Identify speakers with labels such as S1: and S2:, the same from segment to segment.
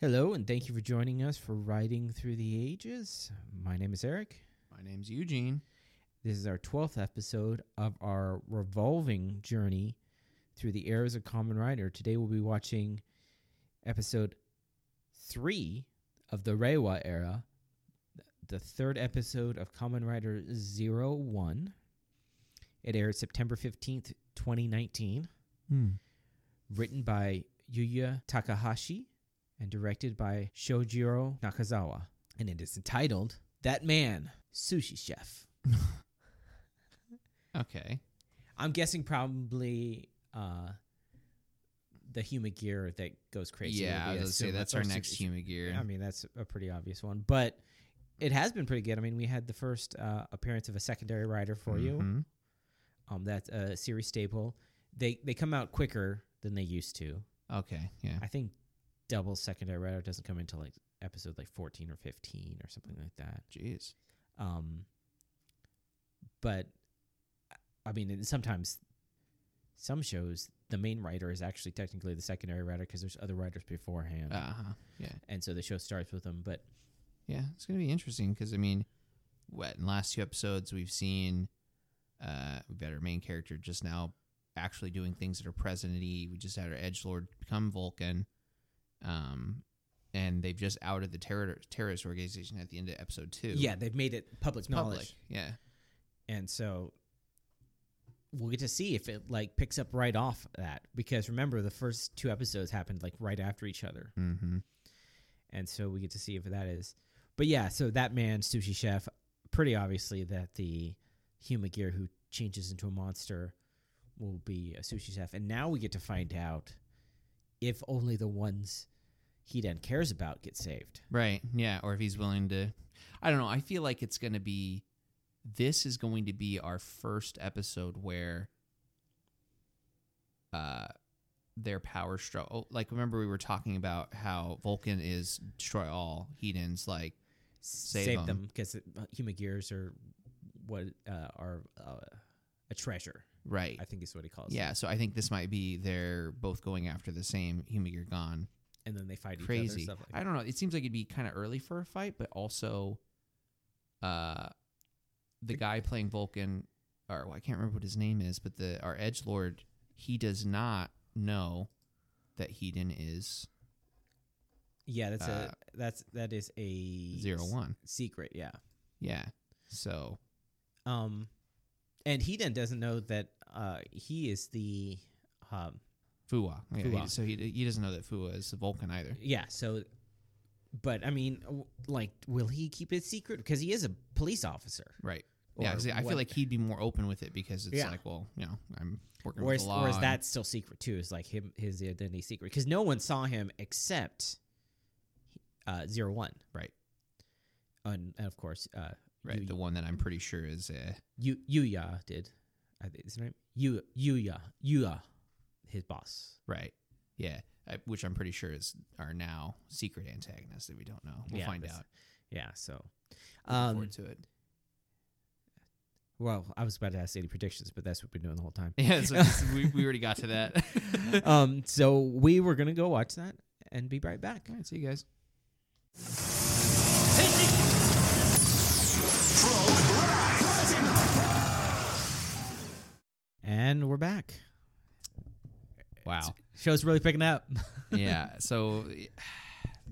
S1: Hello, and thank you for joining us for Riding Through the Ages. My name is Eric.
S2: My name's Eugene.
S1: This is our 12th episode of our revolving journey through the eras of Common Rider. Today we'll be watching episode 3 of the Reiwa era, th- the third episode of Common Rider Zero One. It aired September 15th, 2019, Hmm. written by Yuya Takahashi and directed by Shojiro Nakazawa. And it is entitled That Man, Sushi Chef.
S2: Okay.
S1: I'm guessing probably uh the human gear that goes crazy.
S2: yeah,
S1: would
S2: I was
S1: be
S2: gonna say
S1: assumed-
S2: that's
S1: or
S2: our
S1: su-
S2: next human gear.
S1: I mean, that's a pretty obvious one, but it has been pretty good. I mean, we had the first uh, appearance of a secondary rider for you.
S2: Mhm.
S1: Um, that's a series staple. They they come out quicker than they used to.
S2: Okay. Yeah.
S1: I think double secondary rider doesn't come into like episode like 14 or 15 or something like that.
S2: Jeez.
S1: Um, but I- I mean, and sometimes some shows the main writer is actually technically the secondary writer because there's other writers beforehand,
S2: Uh huh. Yeah.
S1: and so the show starts with them. But
S2: Yeah. It's gonna be interesting because I mean, what in the last two episodes we've seen, uh, we've had our main character just now actually doing things that are present-y. We just had our edge lord become Vulcan, um, and they've just outed the terror- terrorist organization at the end of episode two.
S1: yeah, they've made it public
S2: It's
S1: knowledge,
S2: public. Yeah.
S1: and so we'll get to see if it like picks up right off that because remember the first two episodes happened like right after each other.
S2: Mm-hmm.
S1: and so we get to see if that is. But yeah, so that man, sushi chef, pretty obviously that the human gear who changes into a monster will be a sushi chef, and now we get to find out if only the ones he then cares about get saved.
S2: Right. Yeah. Or if he's willing to, I don't know. I feel like it's going to be, this is going to be our first episode where, uh, their power struggle. Like, remember we were talking about how Vulcan is destroy all Hedon's like, Save
S1: Save
S2: 'em.
S1: them because human gears are what uh, are uh, a treasure.
S2: right.
S1: I think is what he calls. it.
S2: Yeah. So I think this might be they're both going after the same Humigear gone
S1: and then they fight each other.
S2: crazy.
S1: Stuff like
S2: I
S1: that.
S2: don't know. It seems like it'd be kind of early for a fight, but also, uh, the guy playing Vulcan, or well, I can't remember what his name is, but the our Edge Lord, he does not know that Hedon is
S1: Yeah, that's
S2: uh,
S1: a that's that is a
S2: zero one.
S1: secret. Yeah.
S2: Yeah. So
S1: Um, and he then doesn't know that uh, he is the um,
S2: Fua. Yeah, he-
S1: Fua.
S2: so he he doesn't know that Fua is a Vulcan either.
S1: yeah. So, but I mean, w- like, will he keep it secret because he is a police officer?
S2: Right. Yeah,
S1: Or
S2: 'cause I
S1: what-
S2: feel like he'd be more open with it because it's
S1: Yeah.
S2: like, well, you know, I'm working
S1: or
S2: with
S1: is,
S2: the law.
S1: or is
S2: and-
S1: that still secret too? Is like him his identity secret because no one saw him except uh, zero one,
S2: Right.
S1: And, and of course, uh,
S2: right?
S1: you-
S2: the one that I'm pretty sure is uh,
S1: Yu Yuya did. I think his name Yu Yuya Yuya, his boss.
S2: Right. Yeah. I, which I'm pretty sure is our now secret antagonist that we don't know. We'll
S1: Yeah,
S2: find
S1: that's-
S2: out.
S1: Yeah. So,
S2: Looking
S1: um,
S2: forward to it.
S1: well, I was about to ask any predictions, but that's what we've been doing the whole time.
S2: Yeah. So this- we, we already got to that. All
S1: um, so we were gonna go watch that and be right back.
S2: right. See you guys.
S1: And we're back.
S2: Wow.
S1: Show's really picking up.
S2: yeah. So the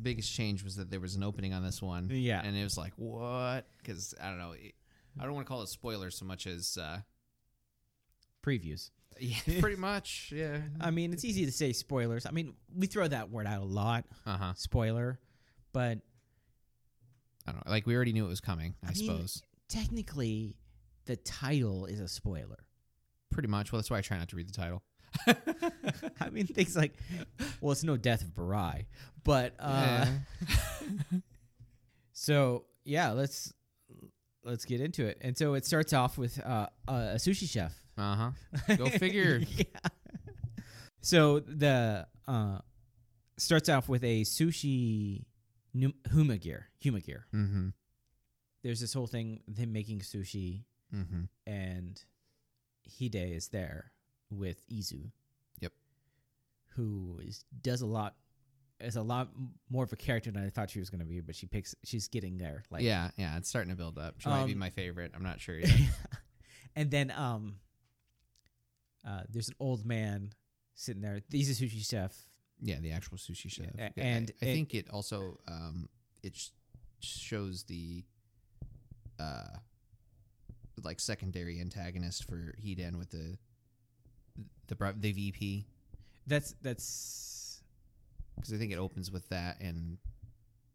S2: biggest change was that there was an opening on this one.
S1: Yeah.
S2: And it was like, what? Because I don't know. It, I don't want to call it spoilers so much as, uh,
S1: Previews.
S2: yeah, pretty much. Yeah.
S1: I mean, it's easy to say spoilers. I mean, we throw that word out a lot,
S2: Uh huh.
S1: spoiler, but
S2: I don't know. Like we already knew it was coming. I,
S1: I mean-
S2: suppose.
S1: technically, the title is a spoiler.
S2: Pretty much. Well, that's why I try not to read the title.
S1: I mean, things like, well, it's no death of Barai, but uh, so yeah, let's let's get into it. And so it starts off with uh, a sushi chef
S2: uh huh. Go figure.
S1: yeah. So the uh starts off with a sushi nu- huma gear. Huma gear.
S2: Mm-hmm.
S1: There's this whole thing with him making sushi
S2: Mm-hmm.
S1: and Hide is there with Izu.
S2: Yep.
S1: Who is does a lot is a lot m- more of a character than I thought she was going to be, but she picks she's getting there. Like
S2: yeah, yeah, it's starting to build up. She might be
S1: Um,
S2: my favorite. I'm not sure yet.
S1: and then um, uh, there's an old man sitting there. He's a sushi chef.
S2: yeah, the actual sushi chef.
S1: a-
S2: Yeah, I-
S1: and
S2: I,
S1: it-
S2: think it also um it sh- shows the uh like secondary antagonist for Hidan with the the bro- the VP
S1: That's that's
S2: because I think it opens with that and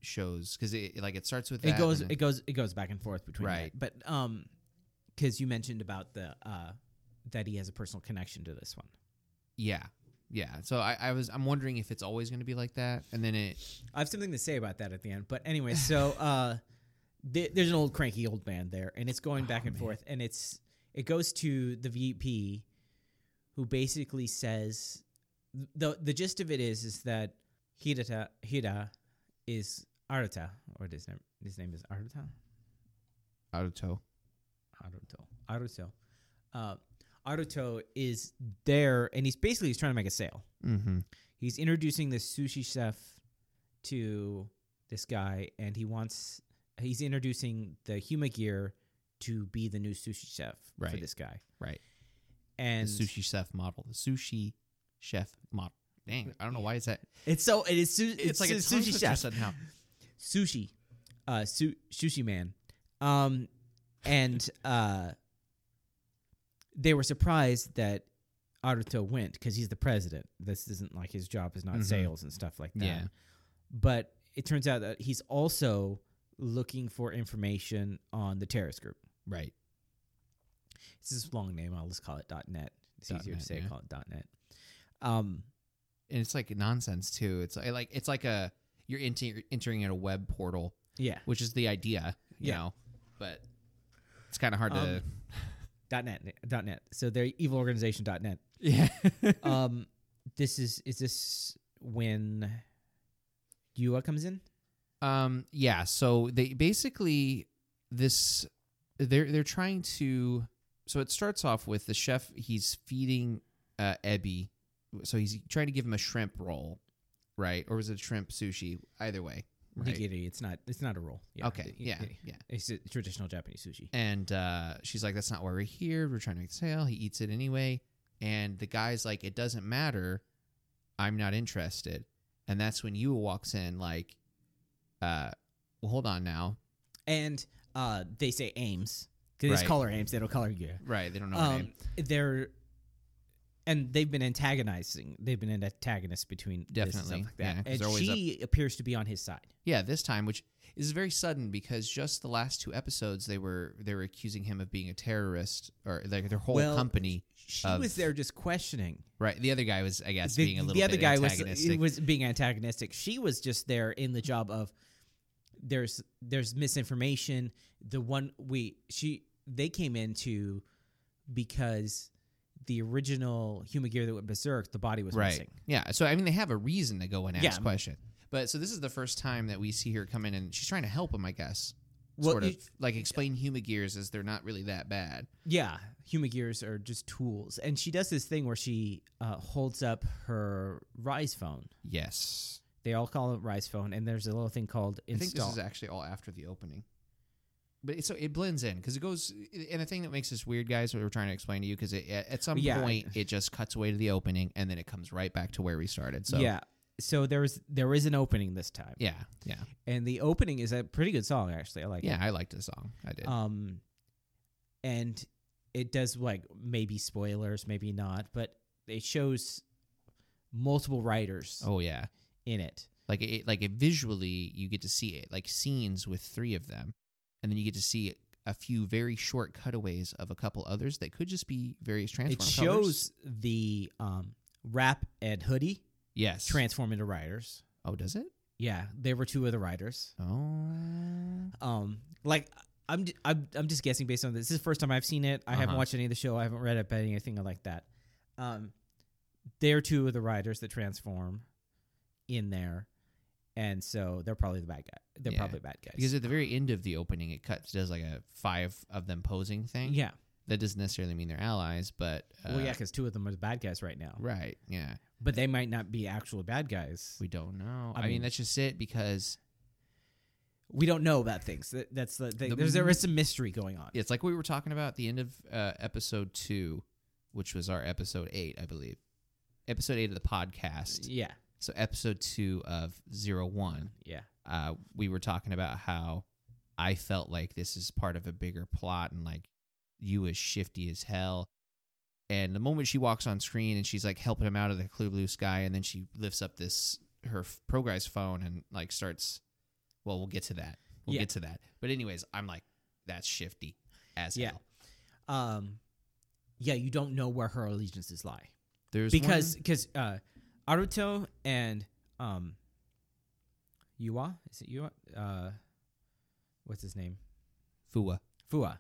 S2: shows because it like it starts with
S1: it
S2: that
S1: goes
S2: and
S1: it goes it goes back and forth between
S2: Right.
S1: that. but um, because you mentioned about the uh that he has a personal connection to this one.
S2: yeah yeah so I, I was I'm wondering if it's always going to be like that and then it
S1: I have something to say about that at the end. But anyway, so uh, th- there's an old cranky old man there, and it's going back
S2: Oh,
S1: and
S2: man.
S1: forth, and it's it goes to the VP, who basically says the the gist of it is is that Hidata Hida is Arata, or his name his name is Arata.
S2: Aruto
S1: Aruto. Aruto. Uh, Aruto is there, and he's basically he's trying to make a sale
S2: mm-hmm
S1: he's introducing this sushi chef to this guy and he wants he's introducing the huma gear to be the new sushi chef for
S2: Right.
S1: this guy
S2: right
S1: and
S2: the sushi chef model the sushi chef model dang I don't know why is that
S1: it's so it is su-
S2: it's, like a
S1: su- sushi chef
S2: somehow.
S1: sushi uh su- sushi man um and uh they were surprised that Aruto went because he's the president. This isn't like his job is not
S2: Mhm.
S1: sales and stuff like that.
S2: Yeah.
S1: But it turns out that he's also looking for information on the terrorist group.
S2: Right.
S1: It's this long name. I'll just call it .net. It's
S2: Dot
S1: easier
S2: net,
S1: to say.
S2: yeah.
S1: Call it dot .net. Um,
S2: And it's like nonsense too. It's I like it's like a you're enter, entering in a web portal,
S1: yeah.
S2: which is the idea, you
S1: Yeah. Um,
S2: know. But it's kind of hard to
S1: Dot .net. Dot .net. So they're evil organization dot .net.
S2: yeah.
S1: um, this is is this when Yua comes in?
S2: um yeah, so they basically this they're they're trying to so it starts off with the chef he's feeding uh Ebby. So he's trying to give him a shrimp roll, right? Or was it shrimp sushi? Either way. Right.
S1: Nigiri. It's not. It's not a roll. Yeah,
S2: Okay.
S1: Nigiri.
S2: Yeah. Yeah.
S1: It's a traditional Japanese sushi.
S2: And uh, she's like, "That's not why we're here. We're trying to make a sale." He eats it anyway, and the guy's like, "It doesn't matter. I'm not interested." And that's when Yua walks in, like, uh, "Well, hold on now.
S1: And uh, they say Ames. 'Cause They just
S2: Right.
S1: call her Ames. They don't call her Yua.
S2: Right? They don't know her
S1: Um,
S2: name.
S1: they're and they've been antagonizing. They've been an antagonist between this and
S2: Definitely,
S1: stuff like that.
S2: yeah, 'cause they're
S1: and
S2: always
S1: she appears to be on his side.
S2: Yeah, this time, which is very sudden because just the last two episodes, they were they were accusing him of being a terrorist, or like their whole
S1: Well,
S2: company.
S1: She
S2: Of-
S1: was there just questionning.
S2: Right? The other guy was, I guess, being a little
S1: other
S2: bit
S1: guy was
S2: antagonistic.
S1: it was being antagonistic. She was just there in the job of there's there's misinformation. The one we she they came into because the original human gear that went berserk, the body was
S2: right.
S1: missing.
S2: Yeah. So I mean, they have a reason to go and ask
S1: Yeah.
S2: question. But so this is the first time that we see her come in, and she's trying to help him, I guess.
S1: Well,
S2: sort of
S1: you-
S2: like explain Huma gears as they're not really that bad.
S1: Yeah, human gears are just tools, and she does this thing where she uh, holds up her Rise phone.
S2: Yes.
S1: They all call it Rise phone, and there's a little thing called
S2: I think
S1: install.
S2: this is actually all after the opening. But it, so it blends in because it goes, and the thing that makes this weird, guys, what we're trying to explain to you, because it, at at some
S1: Yeah.
S2: point it just cuts away to the opening and then it comes right back to where we started. So
S1: Yeah, so there was there is an opening this time.
S2: yeah, yeah,
S1: and the opening is a pretty good song actually. I like
S2: yeah. I liked the song. I did.
S1: it. Um, and it does like maybe spoilers, maybe not, but it shows multiple writers
S2: oh yeah,
S1: in it.
S2: like it, like it visually you get to see it like scenes with three of them, and then you get to see a few very short cutaways of a couple others that could just be various
S1: It
S2: transformers.
S1: shows the um rap and hoodie
S2: yes
S1: transform into writers.
S2: Oh, does it?
S1: Yeah, they were two of the writers.
S2: Oh,
S1: Um, like I'm, j- I'm, I'm just guessing based on this. This is the first time I've seen it. I haven't
S2: Uh-huh.
S1: watched any of the show. I haven't read up anything like that. Um, they're two of the riders that transform in there, and so they're probably the bad guy. They're
S2: Yeah.
S1: probably bad guys.
S2: because at the very end of the opening, it cuts does like a five of them posing thing.
S1: yeah,
S2: That doesn't necessarily mean they're allies, but uh,
S1: well, yeah, because two of them are the bad guys right now,
S2: right, yeah.
S1: but they might not be actual bad guys.
S2: We don't know.
S1: I
S2: I, mean,
S1: mean-
S2: that's just it because
S1: We don't know about things. That, that's the thing.
S2: The
S1: There's there
S2: m-
S1: is some mystery going on.
S2: it's like we were talking about at the end of uh, episode two, which was our episode eight, I believe. Episode eight of the podcast.
S1: Yeah,
S2: So episode two of zero one,
S1: yeah,
S2: uh, we were talking about how I felt like this is part of a bigger plot and like you is shifty as hell. And the moment she walks on screen and she's like helping him out of the clear blue sky, and then she lifts up this her f- ProGuys phone and like starts. Well, we'll get to that. We'll
S1: Yeah.
S2: get to that. But anyways, I'm like, that's shifty as
S1: Yeah.
S2: hell.
S1: um, yeah. You don't know where her allegiances lie.
S2: There's
S1: because
S2: one-
S1: because uh, Aruto and um, Yua is it Yua? Uh, what's his name?
S2: Fua,
S1: Fua.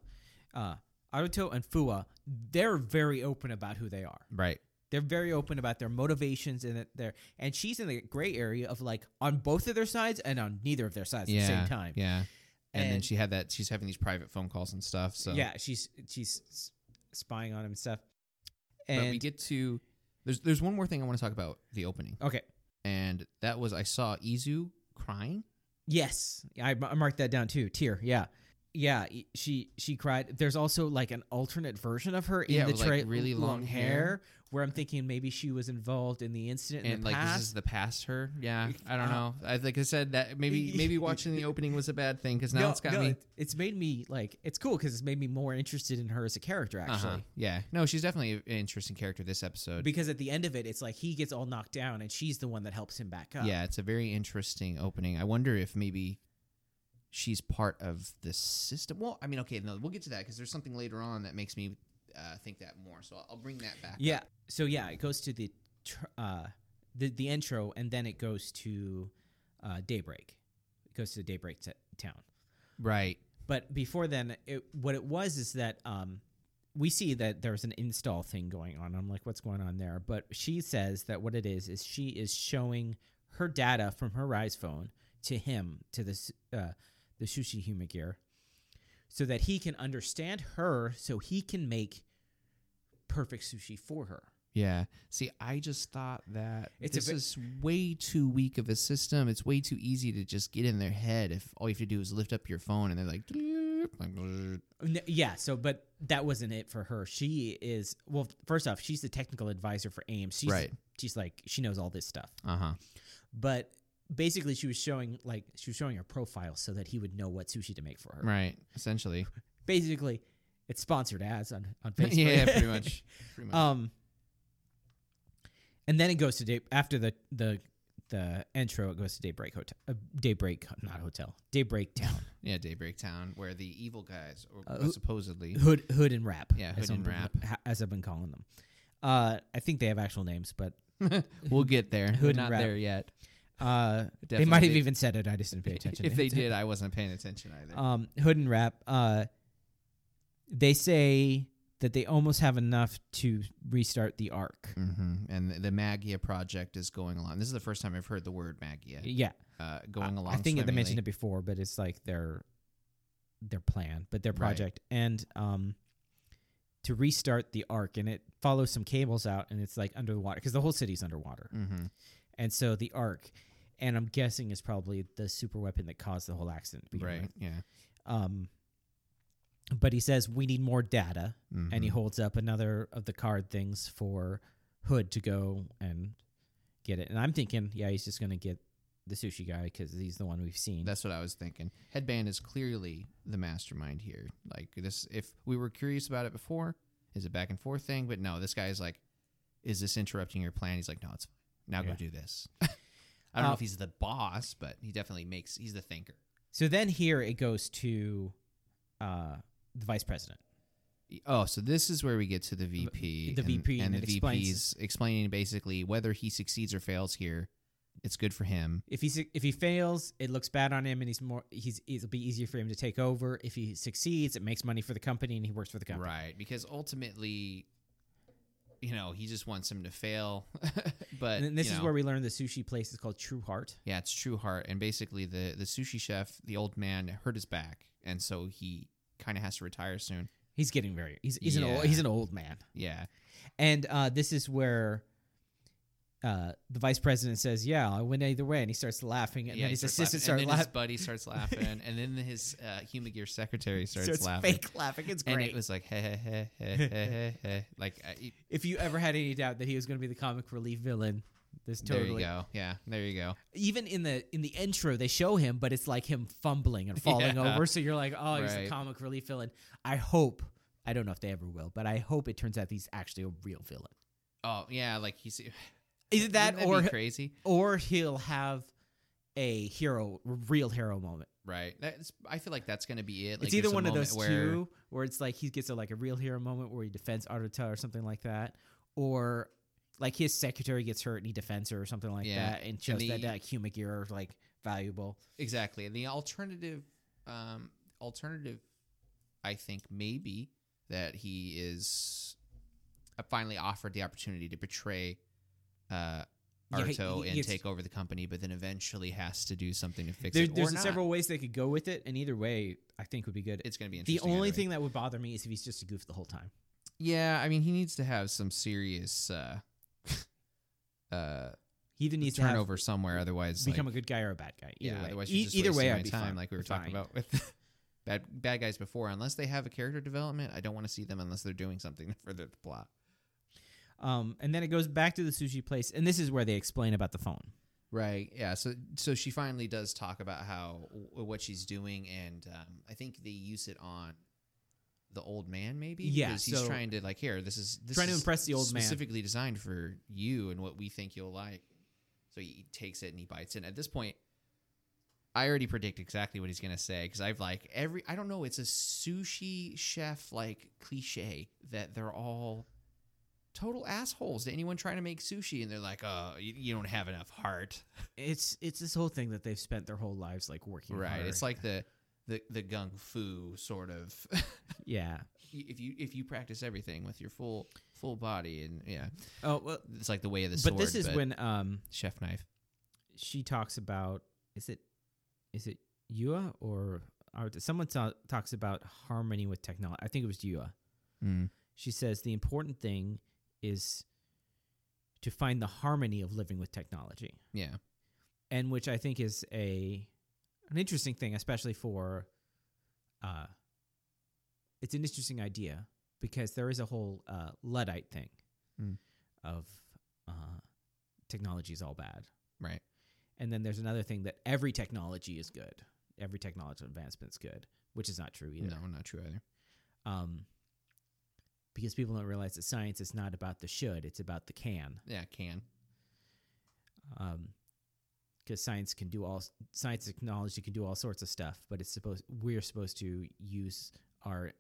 S1: Uh, Aruto and Fua, they're very open about who they are.
S2: right?
S1: They're very open about their motivations and that their and she's in the gray area of like on both of their sides and on neither of their sides at
S2: yeah,
S1: the same time.
S2: yeah. And, then
S1: And-
S2: she had that. She's having these private phone calls and stuff. So
S1: Yeah, she's she's s- spying on him and stuff.
S2: but we
S1: And
S2: get to there's there's one more thing I want to talk about the opening,
S1: okay,
S2: and that was I saw Izu crying.
S1: Yes, I, m- I marked that down too. Tear, yeah, yeah. y- She she cried. There's also like an alternate version of her in
S2: Yeah,
S1: the
S2: with, like,
S1: tra-
S2: really long hair.
S1: where I'm thinking maybe she was involved in the incident in
S2: and
S1: the
S2: like
S1: past.
S2: this is the past her. Yeah, I don't
S1: Uh,
S2: know. I like I said that maybe maybe watching the opening was a bad thing because now
S1: no,
S2: it's got
S1: no,
S2: me.
S1: it- It's made me like it's cool because it's made me more interested in her as a character actually.
S2: Uh-huh. Yeah, no, she's definitely an interesting character this episode.
S1: Because at the end of it, it's like he gets all knocked down and she's the one that helps him back up.
S2: yeah, it's a very interesting opening. I wonder if maybe she's part of the system. Well, I mean, okay, no, we'll get to that because there's something later on that makes me uh, think that more. So I'll, I'll bring that back.
S1: yeah. So yeah, it goes to the tr- uh the the intro and then it goes to uh daybreak. It goes to the daybreak t- town.
S2: Right.
S1: But before then, it, what it was is that um, we see that there's an install thing going on. I'm like, what's going on there? But she says that what it is is she is showing her data from her Rise phone to him to this uh, the sushi human gear, so that he can understand her, so he can make perfect sushi for her.
S2: Yeah. See, I just thought that
S1: It's a
S2: this
S1: ve-
S2: is way too weak of a system. It's way too easy to just get in their head if all you have to do is lift up your phone and they're like, like,
S1: N- Yeah, so but that wasn't it for her. She is well. First off, she's the technical advisor for AIM. She's
S2: right.
S1: she's like she knows all this stuff.
S2: Uh huh.
S1: but basically she was showing like she was showing her profile so that he would know what sushi to make for her
S2: Right. Essentially.
S1: basically it's sponsored ads on, on facebook
S2: yeah, pretty much. Pretty much.
S1: um and then it goes to day after the the the intro it goes to daybreak hotel uh, daybreak not hotel daybreak town
S2: yeah, Daybreak Town, where the evil guys, or
S1: Uh, who-
S2: supposedly,
S1: hood hood and rap
S2: Yeah,
S1: as
S2: Hood
S1: I'm
S2: and
S1: been-
S2: Rap.
S1: ha- as i've been calling them uh i think they have actual names but
S2: we'll get there.
S1: Hood
S2: We're
S1: and
S2: not
S1: rap.
S2: there yet.
S1: uh they
S2: Definitely
S1: might have
S2: they-
S1: even said it i just didn't pay attention
S2: if they did, I wasn't paying attention either.
S1: um, hood and wrap. Uh, they say that they almost have enough to restart the arc.
S2: hmm And the, the Magia project is going along. This is the first time I've heard the word Magia
S1: Yeah,
S2: uh,
S1: I-
S2: going along.
S1: I think they
S2: swimmingly.
S1: mentioned it before, but it's like their their plan, but their
S2: Right.
S1: project, and um, to restart the arc, and it follows some cables out, and it's like under the water because the whole city's underwater,
S2: Mhm.
S1: and so the arc, and I'm guessing is probably the super weapon that caused the whole accident. to begin
S2: Right.
S1: with.
S2: Yeah.
S1: Um, but he says we need more data. and he
S2: Mhm.
S1: holds up another of the card things for Hood to go and get it. And I'm thinking, yeah, he's just gonna get the sushi guy because he's the one we've seen.
S2: That's what I was thinking. Headband is clearly the mastermind here. Like this, if we were curious about it before, is it back and forth thing? But no, this guy's like, is this interrupting your plan? He's like, no, it's fine. Now go
S1: Yeah.
S2: do this. I don't know
S1: Uh,
S2: if he's the boss, but he definitely makes. He's the thinker.
S1: so then here it goes to uh, the vice president.
S2: Oh, so this is where we get to the VP.
S1: the VP,
S2: and,
S1: and it
S2: the
S1: explains-
S2: VP's explaining basically whether he succeeds or fails here. It's good for him.
S1: If he su- if he fails, it looks bad on him, and he's more he's it'll be easier for him to take over. If he succeeds, it makes money for the company, and he works for the company.
S2: Right, because ultimately, you know, he just wants him to fail. but
S1: And this
S2: you
S1: is
S2: know,
S1: where we learn the sushi place is called True Heart.
S2: yeah, it's True Heart, and basically the the sushi chef, the old man, hurt his back, and so he kind of has to retire soon.
S1: He's getting very he's he's an old
S2: Yeah.
S1: he's an old man.
S2: Yeah.
S1: And uh, this is where uh, the vice president says, "Yeah, I went either way," and he starts laughing, and
S2: yeah,
S1: then
S2: he
S1: his
S2: starts
S1: assistant
S2: laughing,
S1: starts
S2: and then his
S1: laughing,
S2: buddy starts laughing, and then his uh, human gear secretary starts, laughing.
S1: fake laughing. It's
S2: And
S1: great.
S2: it was like, heh, heh, heh, heh, heh, heh, heh. Like, I, it-
S1: if you ever had any doubt that he was going to be the comic relief villain, this totally.
S2: there you go. Yeah, there you go.
S1: Even in the in the intro, they show him, but it's like him fumbling and falling
S2: Yeah.
S1: over. So you're like, oh, he's a
S2: Right.
S1: comic relief villain. I hope. I don't know if they ever will, but I hope it turns out he's actually a real villain.
S2: Oh, yeah, like he's... Isn't
S1: Either that,
S2: that
S1: or
S2: be crazy?
S1: or he'll have a hero, real hero moment.
S2: Right. That's, I feel like that's going to be it. Like,
S1: it's either
S2: there's a
S1: one of
S2: moment
S1: those
S2: where,
S1: two, where it's like he gets a, like a real hero moment where he defends Arata or something like that, or like his secretary gets hurt and he defends her or something like
S2: Yeah,
S1: that, and shows that
S2: the-
S1: that human gear are like valuable.
S2: Exactly. And the alternative, um, alternative, I think maybe that he is uh, finally offered the opportunity to betray uh,
S1: Yeah, he-
S2: Arto
S1: he
S2: and
S1: gets-
S2: take over the company, but then eventually has to do something to fix
S1: There,
S2: it. or
S1: there's
S2: not.
S1: several ways they could go with it, and either way, I think would be good.
S2: It's going to be
S1: the
S2: interesting.
S1: only
S2: either way.
S1: thing that would bother me is if he's just a goof the whole time.
S2: Yeah, I mean, he needs to have some serious uh, uh,
S1: He either needs
S2: turnover somewhere,
S1: to
S2: otherwise
S1: have, become
S2: like,
S1: a good guy or a bad guy. Either
S2: yeah,
S1: way,
S2: otherwise
S1: E-
S2: you're just
S1: either way,
S2: wasting
S1: I'd
S2: my
S1: be
S2: time,
S1: fine.
S2: like we were
S1: Fine.
S2: talking about with bad bad guys before. Unless they have a character development, I don't want to see them unless they're doing something to further the plot.
S1: Um, and then it goes back to the sushi place, and this is where they explain about the phone.
S2: Right. Yeah. So so she finally does talk about how w- what she's doing, and um, I think they use it on the old man, maybe.
S1: Yeah,
S2: Because he's
S1: so-
S2: trying to like here. This is this
S1: Trying to
S2: is
S1: impress the old man.
S2: specifically designed for you and what we think you'll like. So he takes it and he bites it. And at this point, I already predict exactly what he's gonna say because I've like every I don't know. It's a sushi chef like cliche that they're all total assholes to anyone trying to make sushi, and they're like, "Oh, you, you don't have enough heart."
S1: it's it's this whole thing that they've spent their whole lives like working
S2: Right.
S1: hard.
S2: It's like the the the gung fu sort of.
S1: yeah
S2: if you if you practice everything with your full full body and yeah,
S1: oh well
S2: it's like the way of the
S1: but
S2: sword.
S1: this is when um
S2: chef knife.
S1: she talks about is it is it Yua or or someone ta- talks about harmony with technology I think it was Yua
S2: Mm.
S1: she says the important thing is to find the harmony of living with technology
S2: Yeah.
S1: and which I think is a an interesting thing, especially for uh, it's an interesting idea because there is a whole uh, Luddite thing
S2: Mm.
S1: of uh, technology is all bad,
S2: Right.
S1: and then there's another thing that every technology is good, every technological advancement's good, which is not true either
S2: No, not true either.
S1: um, because people don't realize that science is not about the should, it's about the can.
S2: Yeah, can.
S1: Because um, science can do all science and technology can do all sorts of stuff, but it's supposed we're supposed to use our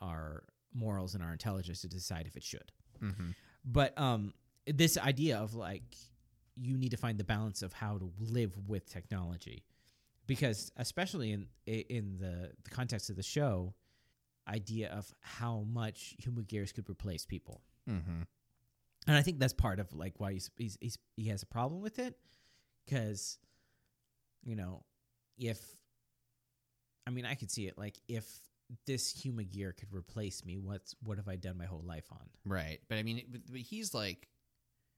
S1: our morals and our intelligence to decide if it should.
S2: Mm-hmm.
S1: But um, this idea of like you need to find the balance of how to live with technology, because especially in i- in the, the context of the show, idea of how much human gears could replace people,
S2: Mm-hmm.
S1: and I think that's part of like why he's he's, he's he has a problem with it, because you know if I mean I could see it like if this human gear could replace me, what's what have I done my whole life on?
S2: Right. But I mean, it, but- but he's like,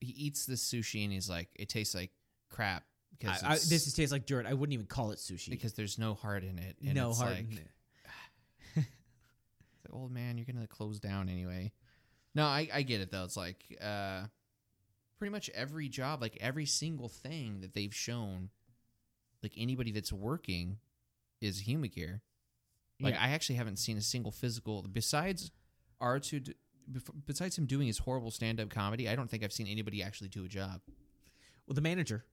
S2: he eats this sushi and he's like, it tastes like crap because
S1: I, I,
S2: it's-
S1: this is, tastes like dirt. I wouldn't even call it sushi.
S2: because there's no heart in it. And
S1: no
S2: it's
S1: heart.
S2: Like,
S1: in it.
S2: the old man, you're gonna close down anyway. No, I, I get it though. It's like uh, pretty much every job, like every single thing that they've shown, like anybody that's working is human gear. Like
S1: Yeah.
S2: I actually haven't seen a single physical besides R two. Besides him doing his horrible stand up comedy, I don't think I've seen anybody actually do a job.
S1: Well, the manager.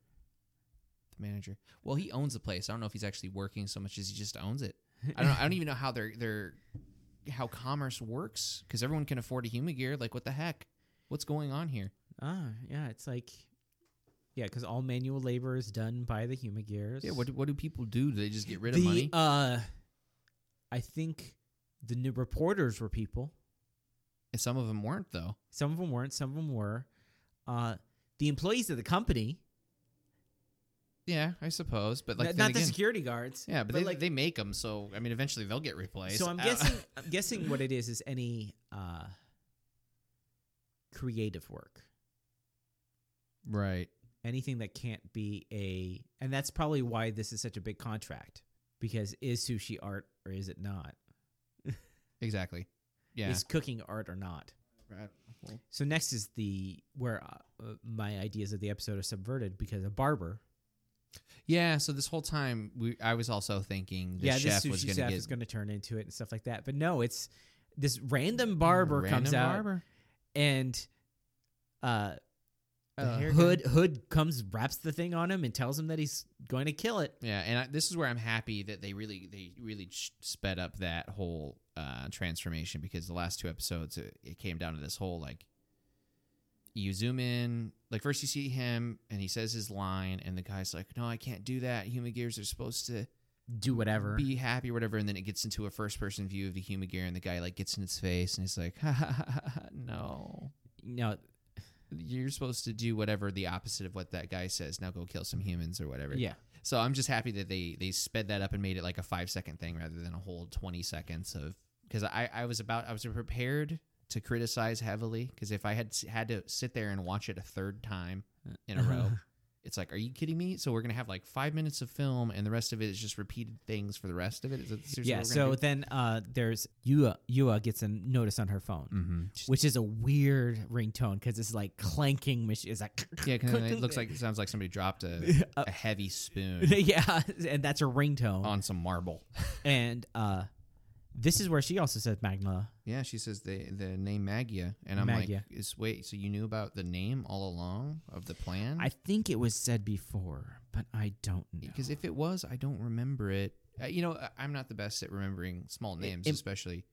S2: The manager, well, he owns the place. I don't know if he's actually working so much as he just owns it. I don't. I don't even know how they're they're how commerce works because everyone can afford a human gear. Like, what the heck? What's going on here?
S1: ah, yeah. It's like, yeah, because all manual labor is done by the human gears.
S2: Yeah. What do, what do people do? Do they just get rid
S1: the,
S2: of money?
S1: Uh, I think the new reporters were people.
S2: And Some of them weren't though.
S1: Some of them weren't. Some of them were. Uh, the employees of the company
S2: Yeah, I suppose. But like,
S1: Not-
S2: then
S1: not the
S2: again-
S1: security guards.
S2: Yeah, but,
S1: but
S2: they,
S1: like-
S2: they make them, so I mean, eventually they'll get replaced.
S1: So I'm
S2: Uh,
S1: guessing I'm guessing what it is is any uh creative work.
S2: right.
S1: Anything that can't be a and that's probably why this is such a big contract because is sushi art or is it not?
S2: Exactly. Yeah.
S1: Is cooking art or not?
S2: Right.
S1: So next is the where uh, uh, my ideas of the episode are subverted because a barber,
S2: Yeah. So this whole time, we I was also thinking the
S1: yeah,
S2: chef
S1: this
S2: was
S1: sushi
S2: going
S1: chef
S2: to get
S1: is going to turn into it and stuff like that. But no, it's this random barber
S2: Mm, Random
S1: comes out
S2: barber.
S1: and uh,
S2: The
S1: uh,
S2: hair
S1: Hood Hood comes wraps the thing on him and tells him that he's going to kill it.
S2: Yeah, and I, this is where I'm happy that they really they really sh- sped up that whole uh, transformation because the last two episodes it, it came down to this whole like you zoom in like first you see him and he says his line and the guy's like no I can't do that human gears are supposed to
S1: Do whatever.
S2: be happy or whatever and then it gets into a first person view of the human gear and the guy like gets in his face and he's like ha, ha, ha, ha, ha, no
S1: no,
S2: you're supposed to do whatever the opposite of what that guy says now go kill some humans or whatever
S1: yeah,
S2: so I'm just happy that they they sped that up and made it like a five second thing rather than a whole twenty seconds of because I I was about I was prepared to criticize heavily because if I had s- had to sit there and watch it a third time in a row, it's like, are you kidding me? So we're gonna have like five minutes of film and the rest of it is just repeated things for the rest of it. Is that seriously
S1: yeah.
S2: What we're
S1: So then uh, there's Yua. Yua gets a notice on her phone,
S2: mm-hmm.
S1: which is a weird ringtone because it's like clanking. Mach- it's like
S2: yeah, 'cause it looks like it sounds like somebody dropped a,
S1: Uh,
S2: a heavy spoon
S1: yeah, and that's a ringtone.
S2: on some marble.
S1: And uh, this is where she also says Magna.
S2: Yeah, she says the the name Magia, and I'm
S1: Magia.
S2: like, is wait, so you knew about the name all along of the plan?
S1: I think it was said before, but I don't know.
S2: because if it was, I don't remember it. Uh, you know, I- I'm not the best at remembering small names,
S1: it-
S2: especially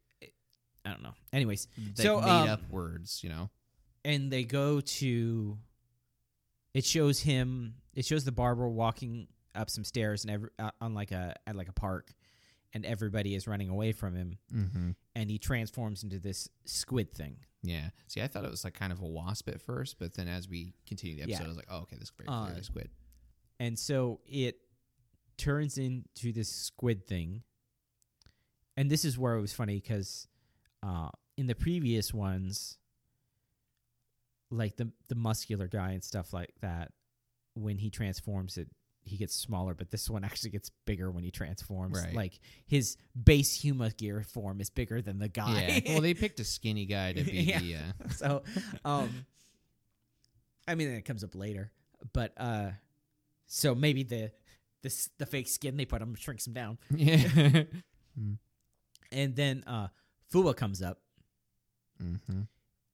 S1: I don't know. Anyways,
S2: like
S1: So,
S2: made
S1: um,
S2: up words. You know,
S1: and they go to it shows him it shows the barber walking up some stairs and every, uh, on like a at like a park and everybody is running away from him
S2: mm-hmm.
S1: and he transforms into this squid thing
S2: yeah. See, I thought it was like kind of a wasp at first, but then as we continue the
S1: Yeah.
S2: episode, I was like, oh, okay, this is very
S1: Uh,
S2: clearly squid.
S1: and so it turns into this squid thing and this is where it was funny because uh, in the previous ones like the the muscular guy and stuff like that when he transforms it he gets smaller but this one actually gets bigger when he transforms
S2: Right.
S1: like his base huma gear form is bigger than the guy
S2: Yeah. well, they picked a skinny guy to be
S1: Yeah.
S2: the. Uh,
S1: so um i mean it comes up later but uh so maybe the this the fake skin they put on him shrinks him down
S2: yeah.
S1: and then uh fua comes up
S2: mm-hmm.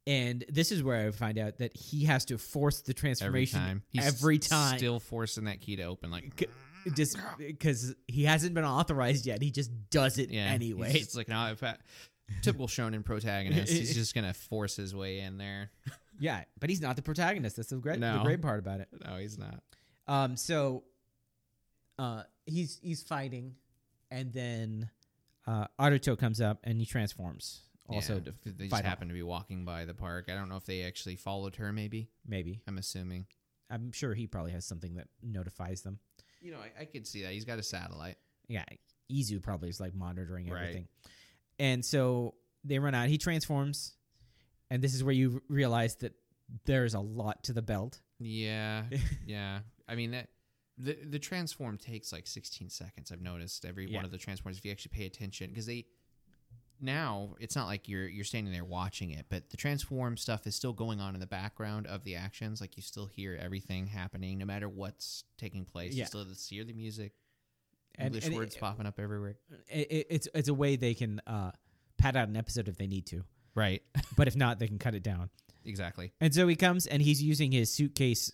S1: and this is where i find out that he has to force the
S2: Every
S1: transformation
S2: time. He's
S1: every time.
S2: Still forcing that key to open. Like,
S1: C- just because he hasn't been authorized yet he just does it
S2: Yeah.
S1: anyway
S2: It's like no, if I, typical shonen protagonist. he's just gonna force his way in there.
S1: yeah but he's not the protagonist that's the great, the
S2: No.
S1: great part about it
S2: No, he's not.
S1: Um, so uh, he's he's fighting, and then uh, Aruto comes up and he transforms. Also,
S2: Yeah,
S1: to
S2: they just
S1: fight off.
S2: happen to be walking by the park. I don't know if they actually followed her. Maybe
S1: maybe
S2: I'm assuming.
S1: I'm sure he probably has something that notifies them.
S2: You know, I, I could see that he's got a satellite.
S1: Yeah, Izu probably is like monitoring
S2: Right.
S1: everything. And so they run out. He transforms, and this is where you r- realize that there's a lot to the belt.
S2: Yeah, yeah. I mean that the the transform takes like 16 seconds. I've noticed every
S1: Yeah.
S2: one of the transforms if you actually pay attention because they now it's not like you're you're standing there watching it, but the transform stuff is still going on in the background of the actions. Like you still hear everything happening, no matter what's taking place.
S1: Yeah.
S2: You still hear the music.
S1: And-
S2: English
S1: and it-
S2: words popping up everywhere.
S1: It, it, it's it's a way they can uh, pad out an episode if they need to,
S2: Right.
S1: but if not, they can cut it down.
S2: exactly.
S1: And so he comes and he's using his suitcase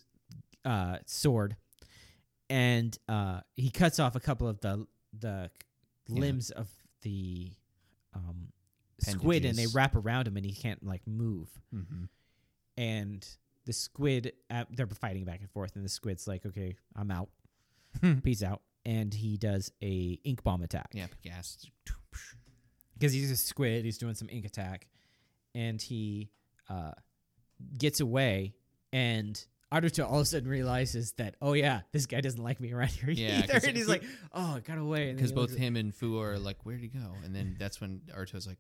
S1: uh, sword, and uh, he cuts off a couple of the the
S2: Yeah.
S1: limbs of the um, squid, and they
S2: Appendages.
S1: wrap around him, and he can't like move.
S2: Mm-hmm.
S1: And the squid, uh, they're fighting back and forth, and the squid's like, "Okay, I'm out, peace out." And he does a ink bomb attack.
S2: Yeah. Gas.
S1: because he's a squid. He's doing some ink attack, and he uh, gets away. And Aruto all of a sudden realizes that, oh yeah, this guy doesn't like me around here
S2: Yeah,
S1: either,
S2: 'cause
S1: and he's
S2: we-
S1: like, oh, I got away. And then
S2: because
S1: he
S2: both
S1: looks-
S2: him and Fu are like, "Where'd he go?" And then that's when Arto's like,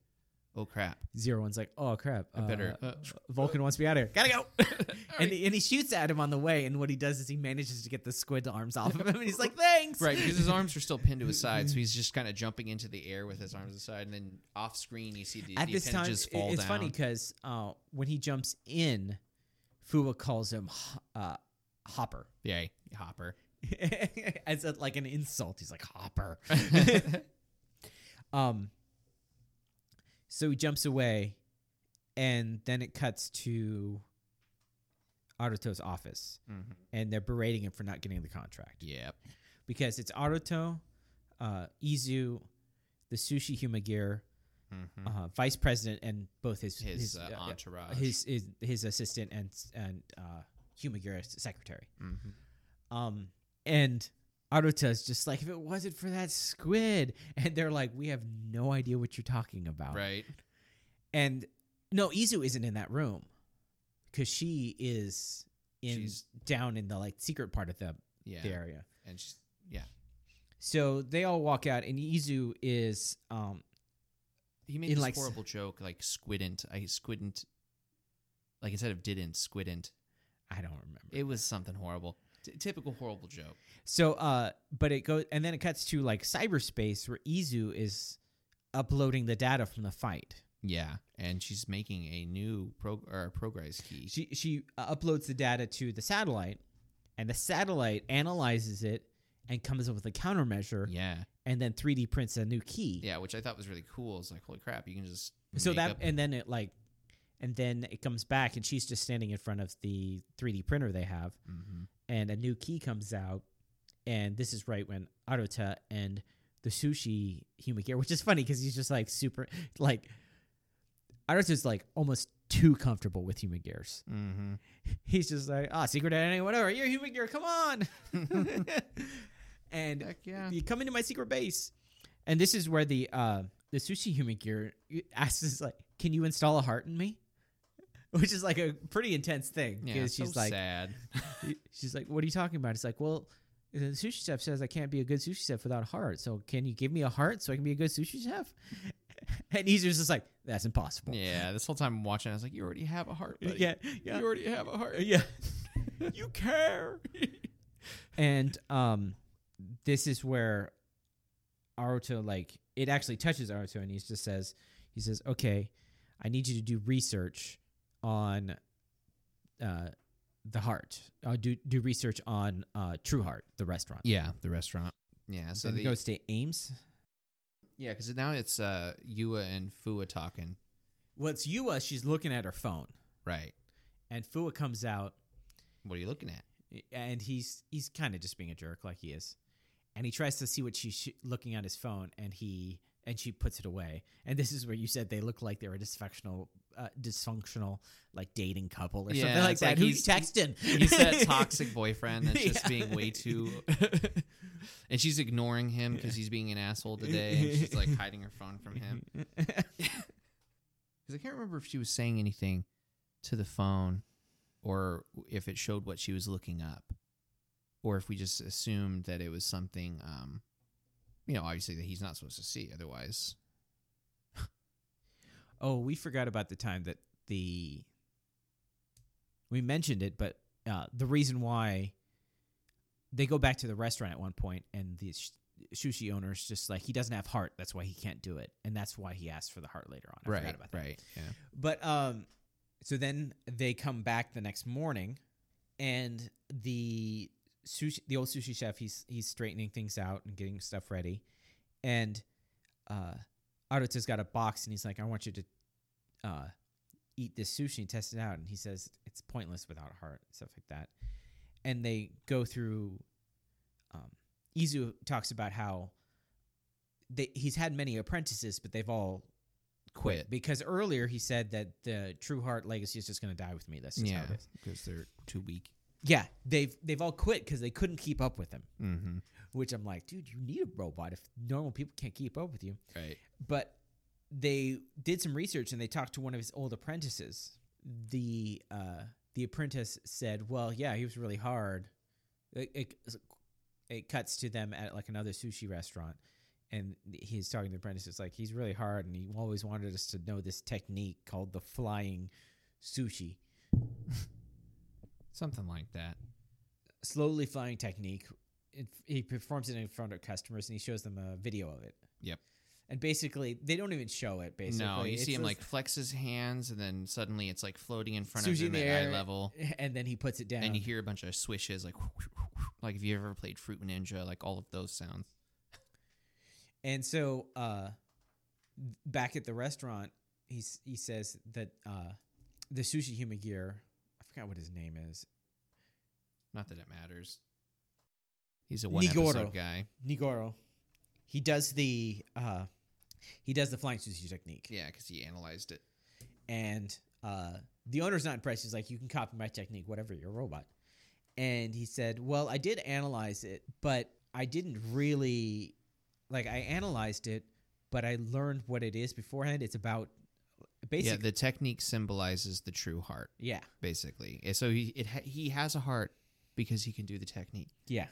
S2: "Oh crap!"
S1: Zero One's like, oh crap,
S2: I better-
S1: uh,
S2: uh,
S1: Vulcan wants me out of here. Gotta go. and
S2: Alright.
S1: he, and he shoots at him on the way, and what he does is he manages to get the squid arms off of him, and he's like, thanks.
S2: Right, because his arms are still pinned to his side, so he's just kind of jumping into the air with his arms aside, and then off screen you see the,
S1: At
S2: the
S1: this time,
S2: appendages
S1: it-
S2: fall
S1: it's
S2: down.
S1: funny because uh, when he jumps in, Fuwa calls him h- uh, Hopper.
S2: yeah, Hopper.
S1: as a, like an insult. He's like Hopper.
S2: Mm-hmm.
S1: um. So he jumps away, and then it cuts to Aruto's office,
S2: Mhm.
S1: and they're berating him for not getting the contract
S2: Yep.
S1: because it's Aruto, uh, Izu, the sushi humagear,
S2: hmm
S1: uh, vice president, and both his
S2: His, uh,
S1: yeah,
S2: entourage.
S1: his, his his assistant and and uh, humagear secretary.
S2: Mhm.
S1: Um, and Aruta's just like, if it wasn't for that squid, and they're like, we have no idea what you're talking about.
S2: Right.
S1: And no, Izu isn't in that room because she is in
S2: She's-
S1: down in the like secret part of the,
S2: Yeah.
S1: the area.
S2: And she's, yeah.
S1: So they all walk out, and Izu is um
S2: He
S1: In,
S2: made this
S1: like, s-
S2: horrible joke, like squident. I squident. Like instead of didn't, squident.
S1: I don't remember.
S2: It was something horrible. T- typical horrible joke.
S1: So, uh, but it goes, and then it cuts to like cyberspace where Izu is uploading the data from the fight.
S2: Yeah. And she's making a new pro- or progress key.
S1: she she uh, uploads the data to the satellite and the satellite analyzes it and comes up with a countermeasure
S2: yeah.
S1: and then 3d prints a new key
S2: Yeah. Which I thought was really cool. It's like, holy crap, you can just.
S1: so
S2: make
S1: that
S2: up-
S1: and then it like and then it comes back and she's just standing in front of the 3d printer they have
S2: Mhm.
S1: and a new key comes out and this is right when Aruta and the sushi human gear which is funny because he's just like super like Aruta's like almost too comfortable with human gears
S2: Mm-hmm.
S1: he's just like, ah, secret identity, whatever. You're a human gear. Come on. and
S2: Heck yeah.
S1: you come into my secret base. And this is where the uh, the sushi human gear asks, is like, can you install a heart in me? Which is like a pretty intense thing
S2: Yeah.
S1: because
S2: so
S1: she's like,
S2: sad.
S1: she's like, what are you talking about? It's like, well, the sushi chef says I can't be a good sushi chef without a heart. So can you give me a heart so I can be a good sushi chef? And he's just like, that's impossible.
S2: yeah. This whole time I'm watching, I was like, you already have a heart, buddy.
S1: yeah,
S2: You already have a heart.
S1: yeah.
S2: you care.
S1: and um this is where Aruto like it actually touches Aruto and he just says he says okay I need you to do research on uh the heart uh, do do research on uh True Heart the restaurant
S2: yeah. The restaurant. Yeah.
S1: so
S2: So
S1: then
S2: they
S1: it goes to Ames
S2: Yeah, because now it's uh, Yua and Fua talking.
S1: well it's Yua uh, she's looking at her phone
S2: Right.
S1: and Fua comes out
S2: What are you looking at?
S1: and he's he's kind of just being a jerk like he is and he tries to see what she's sh- looking at his phone and he and she puts it away and this is where you said they look like they're a dysfunctional uh, dysfunctional like dating couple or
S2: Yeah,
S1: something like
S2: it's
S1: that
S2: like
S1: who you
S2: he's-
S1: texting
S2: He's that toxic boyfriend that's
S1: Yeah.
S2: just being way too. and she's ignoring him because he's being an asshole today, and she's like hiding her phone from him. Because I can't remember if she was saying anything to the phone, or if it showed what she was looking up, or if we just assumed that it was something, um, you know, obviously that he's not supposed to see. Otherwise,
S1: oh we forgot about the time that the we mentioned it but uh, the reason why they go back to the restaurant at one point and the sh- sushi owner's just like he doesn't have heart that's why he can't do it and that's why he asked for the heart later on I forgot about that
S2: right, yeah.
S1: But um, so then they come back the next morning, and the sushi, the old sushi chef, he's he's straightening things out and getting stuff ready, and uh, Aruta's got a box, and he's like, "I want you to uh, eat this sushi and test it out," and he says, "It's pointless without heart," stuff like that, and they go through. Um, Izu talks about how they, he's had many apprentices, but they've all
S2: Quit.
S1: because earlier he said that the True Heart legacy is just going to die with me. That's just
S2: yeah,
S1: how it is.
S2: because they're too weak.
S1: Yeah, they've they've all quit because they couldn't keep up with him.
S2: Mm-hmm.
S1: Which I'm like, dude, you need a robot if normal people can't keep up with you.
S2: Right.
S1: But they did some research and they talked to one of his old apprentices, the uh, the apprentice said, "Well, yeah, he was really hard." It, it, it cuts to them at like another sushi restaurant, and he's talking to the apprentice. It's like he's really hard, and he always wanted us to know this technique called the flying sushi,
S2: Something like that.
S1: slowly flying technique. It, he performs it in front of customers, and he shows them a video of it.
S2: Yep.
S1: And basically, they don't even show it. Basically,
S2: no, you
S1: It's
S2: see him
S1: just-
S2: like flex his hands, and then suddenly it's like floating in front
S1: Sushi in
S2: of him
S1: the
S2: at
S1: air,
S2: eye level,
S1: and then he puts it down.
S2: and you hear a bunch of swishes, like like if you ever played Fruit Ninja, like all of those sounds.
S1: And so uh, back at the restaurant, he's, he says that uh, the sushi human gear, I forgot what his name is,
S2: Not that it matters. He's a one
S1: Nigoro.
S2: episode guy.
S1: Nigoro. He does the uh, he does the flying sushi technique,
S2: Yeah, because he analyzed it.
S1: and uh, the owner's not impressed. He's like, "You can copy my technique, whatever. You're a robot." And he said, "Well, I did analyze it, but I didn't really like. I analyzed it, but I learned what it is beforehand. It's about
S2: yeah,
S1: basically,
S2: the technique symbolizes the true heart,
S1: yeah,
S2: basically. And so he it ha- he has a heart because he can do the technique.
S1: Yeah.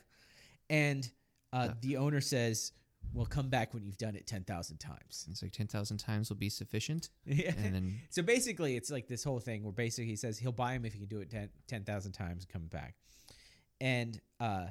S1: And uh,
S2: Yeah.
S1: the owner says, well, come back when you've done it 10,000 times.
S2: And It's like ten thousand times will be sufficient,
S1: Yeah.
S2: and then
S1: so basically, it's like this whole thing where basically he says he'll buy him if he can do it 10 10,000 times and come back. And uh,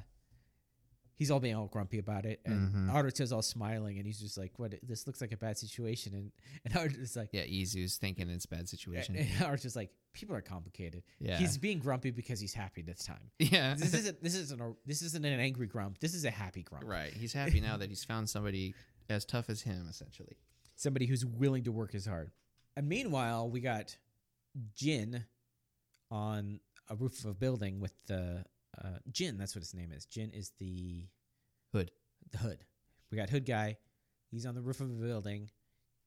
S1: he's all being all grumpy about it. And
S2: Mhm.
S1: Naruto's all smiling and he's just like, what? This looks like a bad situation. And, and Naruto's like,
S2: yeah, Izu's thinking it's a bad situation.
S1: and Naruto's like, people are complicated.
S2: yeah,
S1: He's being grumpy because he's happy this time.
S2: yeah,
S1: This isn't this isn't a, this isn't an angry grump. This is a happy grump.
S2: right. He's happy now that he's found somebody as tough as him, essentially.
S1: somebody who's willing to work as hard. And meanwhile, we got Jin on a roof of a building with the uh, Jin. That's what his name is. Jin is the
S2: Hood.
S1: The hood. We got hood guy. He's on the roof of a building,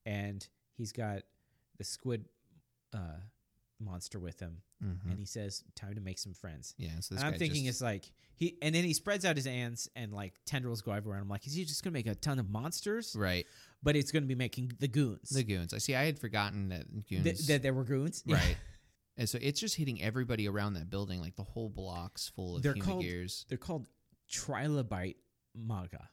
S1: and he's got the squid uh, monster with him.
S2: Mm-hmm.
S1: And he says, "Time to make some friends."
S2: Yeah, so this
S1: And I'm
S2: guy
S1: thinking
S2: just,
S1: it's like he, and then he spreads out his hands, and like tendrils go everywhere. And I'm like, is he just gonna make a ton of monsters?
S2: right
S1: But it's gonna be making the goons.
S2: the goons. I see. I had forgotten that goons.
S1: Th- that there were goons. Yeah.
S2: right. And so it's just hitting everybody around that building, like the whole block's full of
S1: They're
S2: human
S1: called-
S2: gears.
S1: They're called trilobite maga.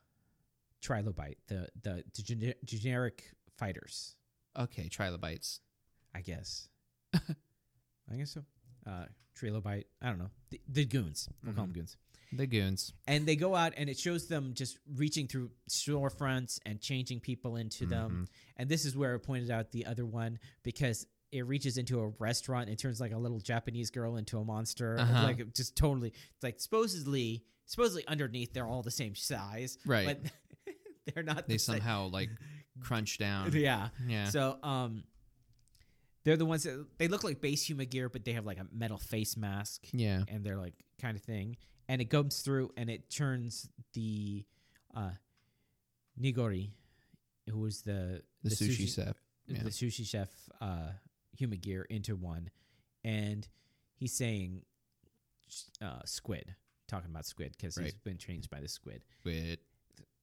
S1: Trilobite, the the, the gene- generic fighters,
S2: Okay, trilobites.
S1: I guess. I guess so. Uh, trilobite. I don't know. The, the goons. We'll call them goons.
S2: The goons.
S1: And they go out, and it shows them just reaching through storefronts and changing people into
S2: Mm-hmm.
S1: them. And this is where I pointed out the other one because it reaches into a restaurant and turns like a little Japanese girl into a monster.
S2: Uh-huh.
S1: Like it just totally, it's like supposedly, supposedly underneath they're all the same size,
S2: Right.
S1: but they're not.
S2: they
S1: the same-
S2: somehow like crunch down.
S1: yeah.
S2: Yeah.
S1: So um, they're the ones that they look like base human gear, but they have like a metal face mask
S2: yeah.
S1: and they're like kind of thing. And it goes through and it turns the uh, Nigori, who was the
S2: The, sushi, chef. Yeah.
S1: the sushi chef uh, human gear into one, and he's saying uh, squid, talking about squid because he's
S2: Right.
S1: been changed by the squid,
S2: With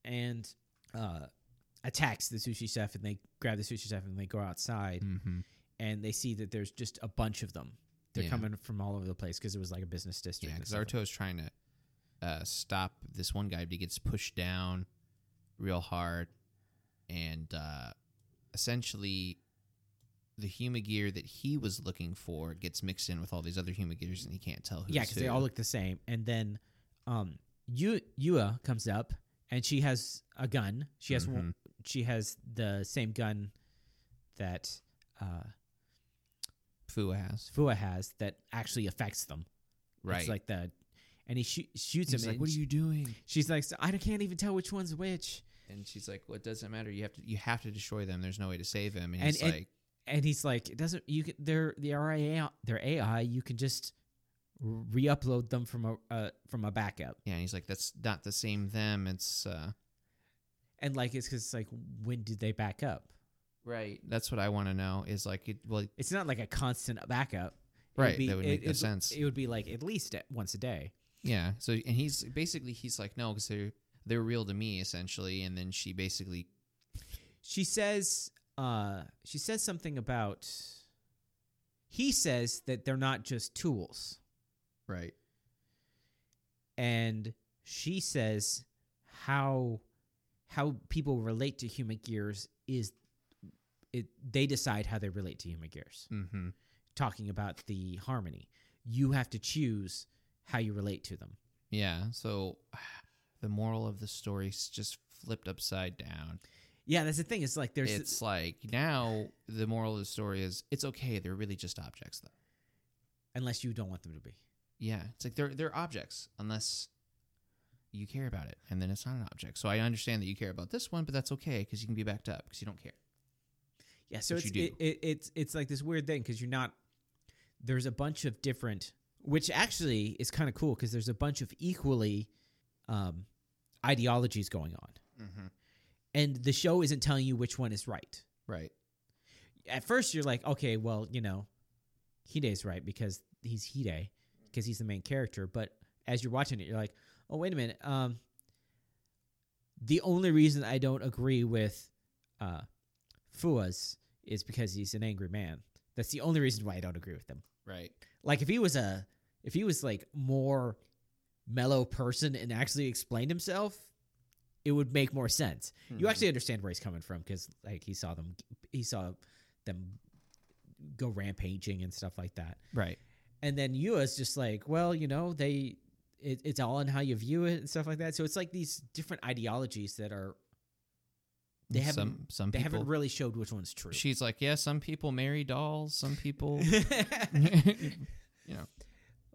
S1: and uh, attacks the sushi chef, and they grab the sushi chef and they go outside,
S2: hmm
S1: and they see that there's just a bunch of them. They're
S2: Yeah.
S1: coming from all over the place because it was like a business district.
S2: yeah,
S1: and
S2: because
S1: stuff like
S2: Arto is trying to uh, stop this one guy, but he gets pushed down real hard, and uh, essentially the humagear that he was looking for gets mixed in with all these other humagears, and he can't tell who's
S1: Yeah, because they all
S2: who.
S1: look the same. And then um, Yu Yua comes up, and she has a gun. She has
S2: Mm-hmm.
S1: one, she has the same gun that uh,
S2: Fua has
S1: Fua has that actually affects them.
S2: right.
S1: It's like the and he shoo- shoots
S2: He's
S1: him.
S2: like,
S1: and
S2: "What are
S1: sh-
S2: you doing?"
S1: She's like, "So I can't even tell which one's which.
S2: And she's like, "What doesn't matter? You have to. You have to destroy them. There's no way to save him." And,
S1: And-
S2: he's
S1: and-
S2: like,
S1: And he's like, "It doesn't. You can. They're the AI. They're AI. You can just re-upload them from a uh, from a backup.
S2: "Yeah." And he's like, "That's not the same them. It's uh,
S1: And like, it's because like, when did they back up?
S2: right. That's what I want to know. Is like, it, well,
S1: it's not like a constant backup. It
S2: Right, that would make
S1: it,
S2: no
S1: it-
S2: sense.
S1: It would be like at least at once a day.
S2: Yeah. So and he's basically he's like no because they're they're real to me essentially, and then she basically
S1: She says, uh, she says something about he says that they're not just tools.
S2: Right.
S1: and she says how how people relate to human gears is it they decide how they relate to human gears
S2: Mm-hmm.
S1: talking about the harmony you have to choose how you relate to them
S2: Yeah. So the moral of the story's just flipped upside down.
S1: yeah that's the thing it's like there's
S2: it's like now the moral of the story is it's okay. They're really just objects, though.
S1: unless you don't want them to be
S2: Yeah, it's like they're they're objects unless you care about it, and then it's not an object. So I understand that you care about this one, but that's okay because you can be backed up because you don't care.
S1: yeah so
S2: But
S1: it's
S2: you
S1: it, it, it's it's like this weird thing because you're not there's a bunch of different which actually is kind of cool because there's a bunch of equally um ideologies going on
S2: Mm-hmm.
S1: and the show isn't telling you which one is right.
S2: Right.
S1: At first, you're like, okay, well, you know, Hide's right because he's Hide because he's the main character. But as you're watching it, you're like, oh wait a minute. Um, the only reason I don't agree with uh, Fuas is because he's an angry man. That's the only reason why I don't agree with him.
S2: Right.
S1: Like if he was a if he was like more mellow person and actually explained himself, it would make more sense
S2: Mm-hmm.
S1: you actually understand where he's coming from because like he saw them he saw them go rampaging and stuff like that
S2: right.
S1: and then you is just like well you know they it, it's all in how you view it and stuff like that so it's like these different ideologies that are They haven't-
S2: some some
S1: they
S2: people.
S1: haven't really showed which one's true
S2: she's like, yeah, some people marry dolls. Some people.
S1: well,
S2: know.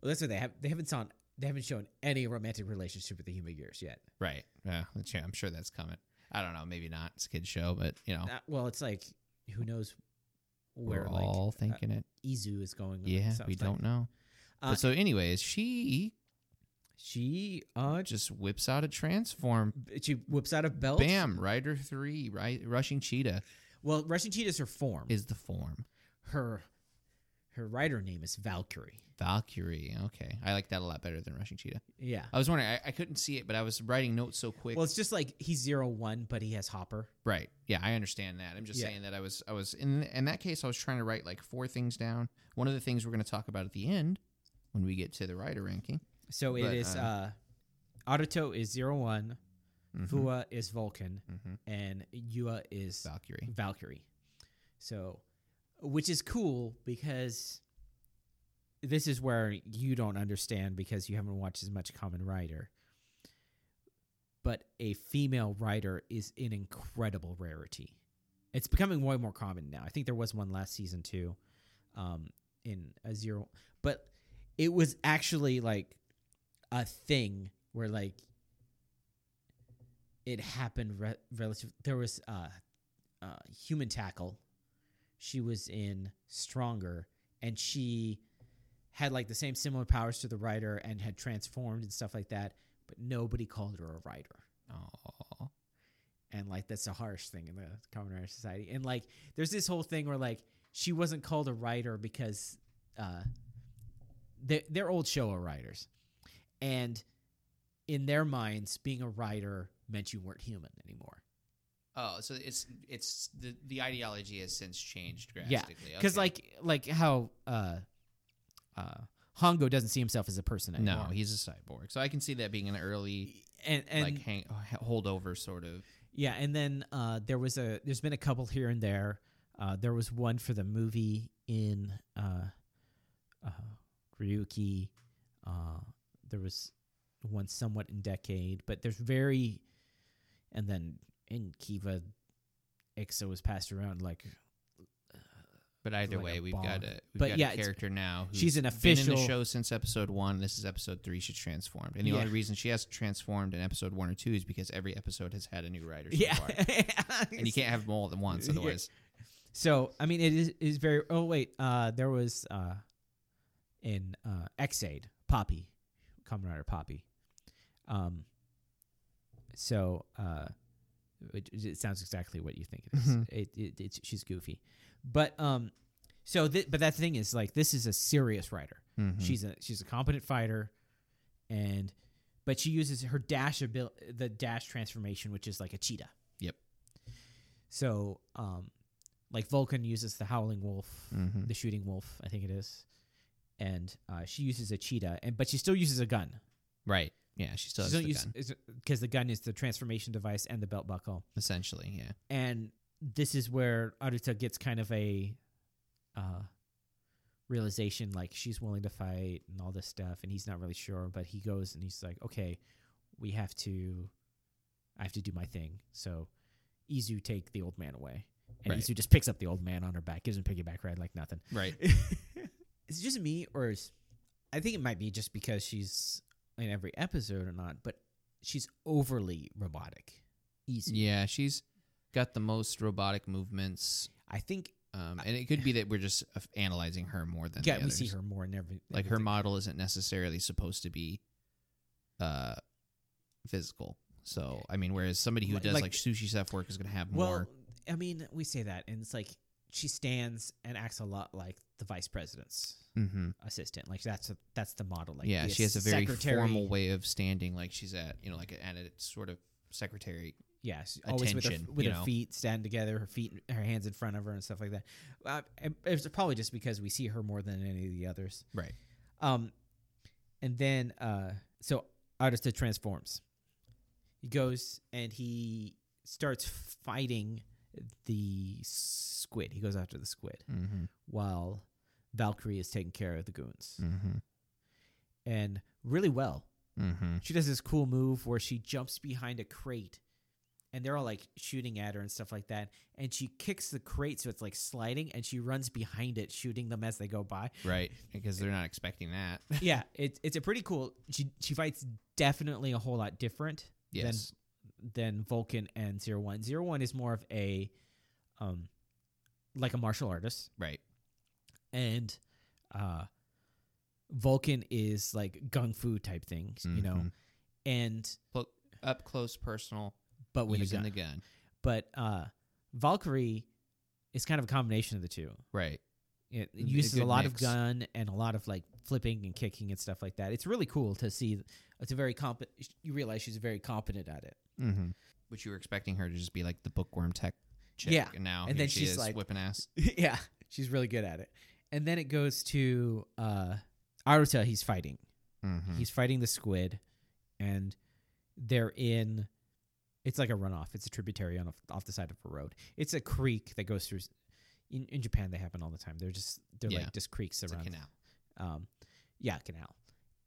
S1: that's what they have they haven't shown they haven't shown any romantic relationship with the human gears yet
S2: right. Yeah. which, yeah, I'm sure that's coming. I don't know. Maybe not. It's a kid show, but you know,
S1: Uh, well it's like who knows where
S2: Oh. we're
S1: like
S2: all thinking it.
S1: izu is going and
S2: Yeah,
S1: stuff
S2: we
S1: like-
S2: don't know.
S1: Uh,
S2: but so, anyways, she
S1: she uh
S2: just whips out a transform.
S1: she whips out a belt
S2: Bam! Rider three, right? Rushing cheetah
S1: Well, Russian Cheetah is her form.
S2: is the form.
S1: her her writer name is Valkyrie.
S2: Valkyrie. Okay, I like that a lot better than Rushing Cheetah.
S1: Yeah.
S2: I was wondering, I, I couldn't see it, but I was writing notes so quick.
S1: Well, it's just like he's zero one, but he has Hopper.
S2: right? Yeah, I understand that. I'm just
S1: Yeah.
S2: saying that I was, I was in in that case, I was trying to write like four things down. One of the things we're going to talk about at the end when we get to the writer ranking.
S1: So it
S2: But,
S1: is uh,
S2: uh,
S1: Aruto is zero one,
S2: Mhm,
S1: Fua is Vulcan,
S2: mhm.
S1: and Yua is
S2: Valkyrie.
S1: Valkyrie. So, which is cool because this is where you don't understand because you haven't watched as much Common Rider. But a female writer is an incredible rarity. It's becoming way more common now. I think there was one last season too, um, in a zero, but it was actually like a thing where like it happened re- relative. There was uh, uh, human tackle. She was in Stronger, and she had like the same similar powers to the writer and had transformed and stuff like that. But nobody called her a writer,
S2: Oh,
S1: and like that's a harsh thing in the common writer society. And like, there's this whole thing where like she wasn't called a writer because uh, they they're old show are writers, and in their minds, being a writer meant you weren't human anymore.
S2: oh. So it's it's the the ideology has since changed
S1: Yeah,
S2: drastically.
S1: because like like how uh uh hongo doesn't see himself as a person anymore
S2: no, he's a cyborg. So I can see that being an early
S1: and and
S2: like hang, holdover sort of.
S1: yeah and then uh there was a there's been a couple here and there uh there was one for the movie in uh uh ryuki uh there was one somewhat in decade but there's very and then in kiva Ixo was passed around like
S2: But either
S1: like
S2: way,
S1: a
S2: we've
S1: bond.
S2: got a we've
S1: But
S2: got
S1: yeah,
S2: a
S1: it's-
S2: character now. Who's
S1: she's an
S2: been in
S1: official-
S2: the show since episode one. This is episode three. She transformed, and the
S1: Yeah.
S2: only reason she hasn't transformed in episode one or two is because every episode has had a new writer. So
S1: yeah
S2: far. and you can't have them all at once.
S1: Yeah.
S2: Otherwise,
S1: So I mean, it is is very. Oh wait, uh, there was uh, in uh, Xaid Poppy, Kamen Rider Poppy. Um. So uh, it, it sounds exactly what you think it is.
S2: Mhm.
S1: It, it it's she's goofy, but um, so th- but that thing is like this is a serious writer.
S2: Mhm.
S1: She's a she's a competent fighter, and but she uses her dash abil- the dash transformation, which is like a cheetah.
S2: Yep.
S1: So um, like Vulcan uses the howling wolf,
S2: Mm-hmm.
S1: the shooting wolf, I think it is, and uh, she uses a cheetah, and but she still uses a gun.
S2: Right. Yeah. She still
S1: She
S2: has
S1: still
S2: the
S1: use
S2: gun.
S1: because the gun is the transformation device and the belt buckle.
S2: Essentially. Yeah.
S1: and this is where Aruta gets kind of a uh, realization, like she's willing to fight and all this stuff, and he's not really sure, but he goes and he's like, "Okay, we have to, I have to do my thing." So Izu take the old man away, and
S2: Right.
S1: Izu just picks up the old man on her back, gives him piggyback ride like nothing.
S2: Right.
S1: is it just me, or is I think it might be just because she's in every episode or not, but she's overly robotic. Izu.
S2: Yeah. She's got the most robotic movements.
S1: I think
S2: Um, and it could be that we're just uh, analyzing her more than
S1: yeah,
S2: the
S1: we see
S2: others.
S1: her more in every
S2: Like her
S1: everything.
S2: model isn't necessarily supposed to be, uh, physical. So I mean, whereas somebody who
S1: Like-
S2: does
S1: like-
S2: like, sushi chef work is going to have
S1: Well,
S2: more.
S1: I mean, we say that, and it's like she stands and acts a lot like the vice president's
S2: hmm
S1: assistant. Like that's a, that's the model. Like
S2: yeah,
S1: the
S2: she has a very
S1: secretary-
S2: formal way of standing. Like she's at you know like at a sort of secretary.
S1: Yeah, she's always with her,
S2: attention,
S1: with
S2: you
S1: her
S2: know?
S1: feet standing together, her feet, her hands in front of her, and stuff like that. Uh, and it's probably just because we see her more than any of the others.
S2: Right.
S1: Um, and then uh, so Arista transforms. He goes and he starts fighting the squid. He goes after the squid
S2: Mm-hmm.
S1: while Valkyrie is taking care of the goons
S2: Mm-hmm.
S1: and really well.
S2: Mm-hmm.
S1: She does this cool move where she jumps behind a crate and they're all like shooting at her and stuff like that. And she kicks the crate so it's like sliding and she runs behind it, shooting them as they go by.
S2: Right. Because they're not expecting that.
S1: yeah, it's it's a pretty cool. She she fights definitely a whole lot different
S2: yes.
S1: than Vulcan and Zero One. Zero One is more of a, um, like a martial artist,
S2: right.
S1: and uh, Vulcan is like gung fu type things, you know,
S2: Mhm.
S1: and
S2: Up close, personal,
S1: but with a
S2: using
S1: gun.
S2: the gun.
S1: But uh, Valkyrie is kind of a combination of the two.
S2: Right.
S1: It,
S2: a
S1: it uses a
S2: good
S1: lot of
S2: mix.
S1: gun and a lot of like flipping and kicking and stuff like that. It's really cool to see. It's a very competent. You realize she's very competent at it.
S2: Mm-hmm. Which you were expecting her to just be like the bookworm tech chick.
S1: Yeah.
S2: And now
S1: And
S2: here
S1: then
S2: she
S1: she's
S2: is
S1: like-
S2: whipping ass.
S1: yeah, she's really good at it. And then it goes to uh, Aruta. He's fighting.
S2: Mm-hmm.
S1: He's fighting the squid, and they're in. It's like a runoff. It's a tributary on a, off the side of a road. It's a creek that goes through. s- In, in Japan, they happen all the time. They're just they're
S2: Yeah.
S1: like just creeks
S2: It's a
S1: around.
S2: canal.
S1: Um, yeah, canal,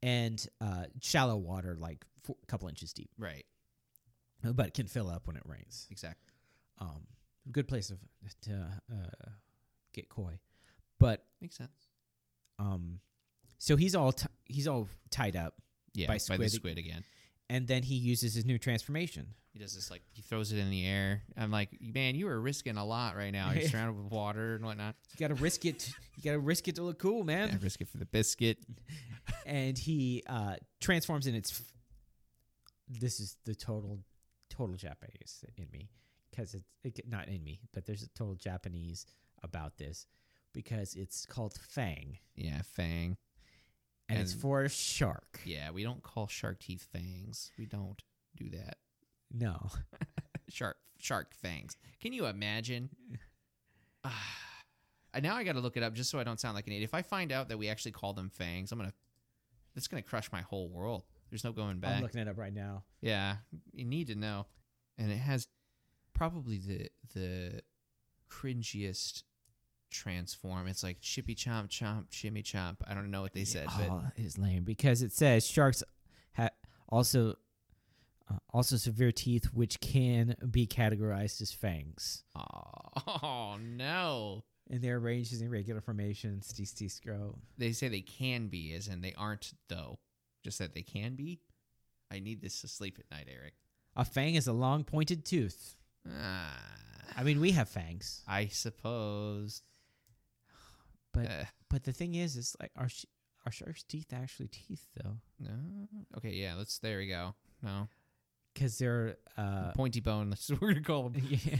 S1: and uh, shallow water, like a couple inches deep,
S2: Right.
S1: but it can fill up when it rains
S2: Exactly.
S1: um, good place of, to uh, get coy. But
S2: Makes sense.
S1: um, so he's all t- he's all tied up,
S2: Yeah.
S1: By
S2: By, the
S1: squid-
S2: squid again.
S1: and then he uses his new transformation.
S2: He does this like he throws it in the air. I'm like, man, you are risking a lot right now. You're surrounded with water and whatnot.
S1: You gotta risk it. You gotta risk it to look cool,
S2: Yeah,
S1: man.
S2: risk it for the biscuit.
S1: And he uh, transforms, and it's f- this is the total total Japanese in me because it's it, get- not in me, but there's a total Japanese about this because it's called Fang,
S2: Yeah, fang.
S1: and, it's
S2: And-
S1: for a shark.
S2: Yeah, we don't call shark teeth fangs. We don't do that.
S1: No.
S2: shark shark fangs. Can you imagine? Ah. And now I got to look it up just so I don't sound like an idiot. If I find out that we actually call them fangs, I'm gonna that's gonna crush my whole world. There's no going
S1: I'm
S2: back.
S1: looking it up right now.
S2: Yeah, you need to know. And it has probably the the cringiest transform. It's like chippy chomp chomp shimmy chomp. I don't know what they said, but
S1: Oh, it is lame because it says sharks ha- also uh, also severe teeth, which can be categorized as fangs,
S2: oh, no.
S1: and they're arranged in irregular formations. These teeth grow.
S2: They say they can be, as in they aren't though. Just that they can be. I need this to sleep at night, Eric.
S1: A fang is a long pointed tooth.
S2: Ah,
S1: I mean, we have fangs,
S2: I suppose.
S1: but
S2: Uh,
S1: but the thing is, is like our. Sh- are sharks' teeth actually teeth though?
S2: no. Okay, yeah. Let's. There we go. No
S1: Because they're uh,
S2: pointy bone. That's what we're gonna call them.
S1: yeah.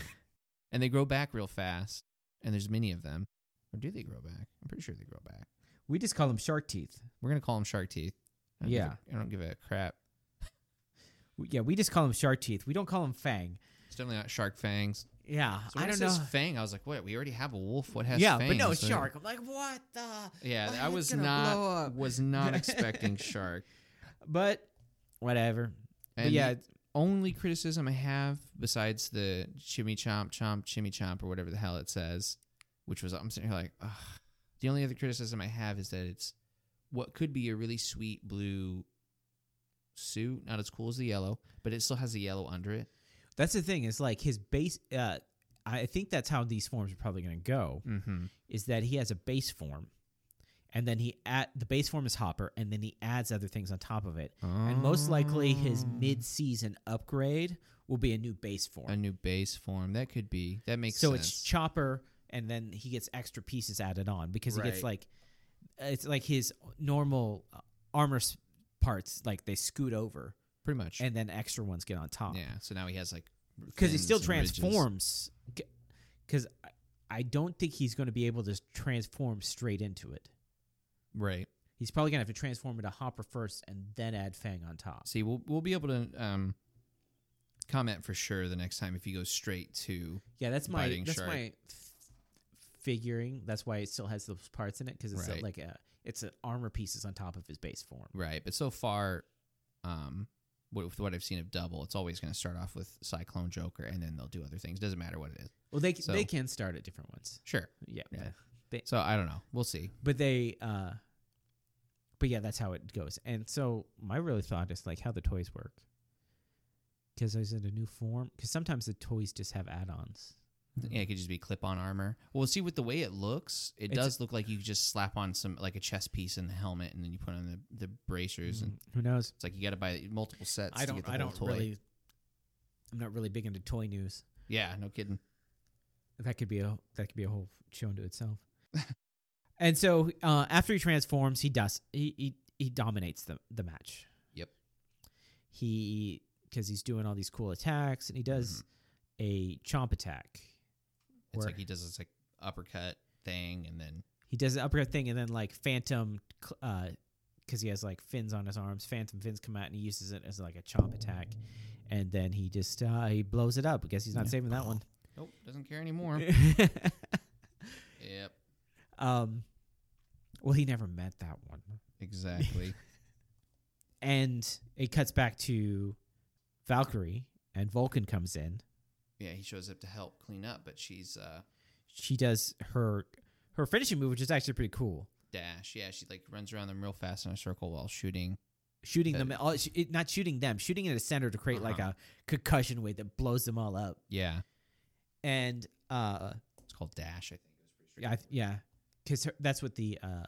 S2: and they grow back real fast. And there's many of them. Or do they grow back? I'm pretty sure they grow back.
S1: we just call them shark teeth.
S2: We're gonna call them shark teeth. I don't
S1: Yeah.
S2: give a, I don't give a crap.
S1: We- Yeah, we just call them shark teeth. We don't call them fang.
S2: It's definitely not shark fangs.
S1: Yeah,
S2: So when
S1: I
S2: it
S1: don't know.
S2: says Fang, I was like, "What? We already have a wolf. What has
S1: Yeah,
S2: fangs?"
S1: but no
S2: So-
S1: shark. I'm like, what the?
S2: Yeah,
S1: My
S2: I
S1: head's
S2: was
S1: gonna blow
S2: not
S1: up.
S2: was not expecting shark.
S1: But whatever. But
S2: And
S1: yeah,
S2: the only criticism I have besides the chimmy chomp chomp chimmy chomp or whatever the hell it says, which was I'm sitting here like, Ugh. the only other criticism I have is that it's what could be a really sweet blue suit, not as cool as the yellow, but it still has the yellow under it.
S1: that's the thing. Is like his base. Uh, I think that's how these forms are probably going to go.
S2: Mm-hmm.
S1: Is that he has a base form, and then he at the base form is Hopper, and then he adds other things on top of it. And most likely,
S2: Ah.
S1: his mid-season upgrade will be a new base form.
S2: Oh. a new base form that could be that makes
S1: so
S2: sense.
S1: it's Chopper, and then he gets extra pieces added on because he gets
S2: Right.
S1: like it's like his normal uh, armor s- parts like they scoot over,
S2: pretty much
S1: and then extra ones get on top.
S2: yeah. So now he has like
S1: because he
S2: fins
S1: still
S2: and ridges.
S1: transforms. Because I don't think he's going to be able to s- transform straight into it.
S2: right?
S1: He's probably going to have to transform into Hopper first and then add Fang on top.
S2: See, we'll we'll be able to um, comment for sure the next time if he goes straight to
S1: Yeah, that's my
S2: Biting
S1: that's
S2: shark.
S1: my f- figuring. That's why it still has those parts in it because it's a-
S2: Right.
S1: like a it's an armor pieces on top of his base form.
S2: right. But so far, um, what, with what I've seen of double, it's always going to start off with Cyclone Joker, and then they'll do other things. Doesn't matter what it is.
S1: Well, they c
S2: So-
S1: they can start at different ones.
S2: Sure.
S1: Yeah,
S2: Yeah.
S1: but-
S2: So I don't know. We'll see.
S1: but they uh, but yeah, that's how it goes. And so my really thought is like how the toys work. Because is it a new form? Because sometimes the toys just have add-ons. Mm-hmm.
S2: Yeah, it could just be clip-on armor. Well, see, with the way it looks, it
S1: It's-
S2: does look like you just slap on some like a chest piece and the helmet, and then you put on the, the bracers, and
S1: Mm, Who knows?
S2: it's like you got to buy multiple sets.
S1: I
S2: to
S1: don't.
S2: get the
S1: I
S2: whole
S1: don't
S2: toy.
S1: really. I'm not really big into toy news.
S2: Yeah, no kidding.
S1: That could be a that could be a whole show into itself. and so uh, after he transforms, he does he he, he dominates the the match.
S2: Yep.
S1: He because he's doing all these cool attacks, and he does a chomp attack.
S2: Mm-hmm. It's
S1: where
S2: like he does this like uppercut thing, and then
S1: he does the uppercut thing, and then like Phantom, cl- uh, because he has like fins on his arms, Phantom fins come out, and he uses it as like a chomp attack, and then he just uh, he blows it up. I guess he's not
S2: Yeah.
S1: saving that one.
S2: nope, doesn't care anymore. yep,
S1: um, well, he never met that one.
S2: exactly.
S1: and it cuts back to Valkyrie, and Vulcan comes in.
S2: yeah, he shows up to help clean up, but she's uh
S1: She does her her finishing move, which is actually pretty cool,
S2: dash. Yeah, she like runs around them real fast in a circle while shooting.
S1: shooting
S2: That
S1: them. All, sh- it, not shooting them, shooting at a center to create like
S2: Uh-huh.
S1: a concussion wave that blows them all up.
S2: Yeah,
S1: And uh,
S2: it's called dash. I think it was pretty
S1: yeah, I th- yeah, because that's what the uh,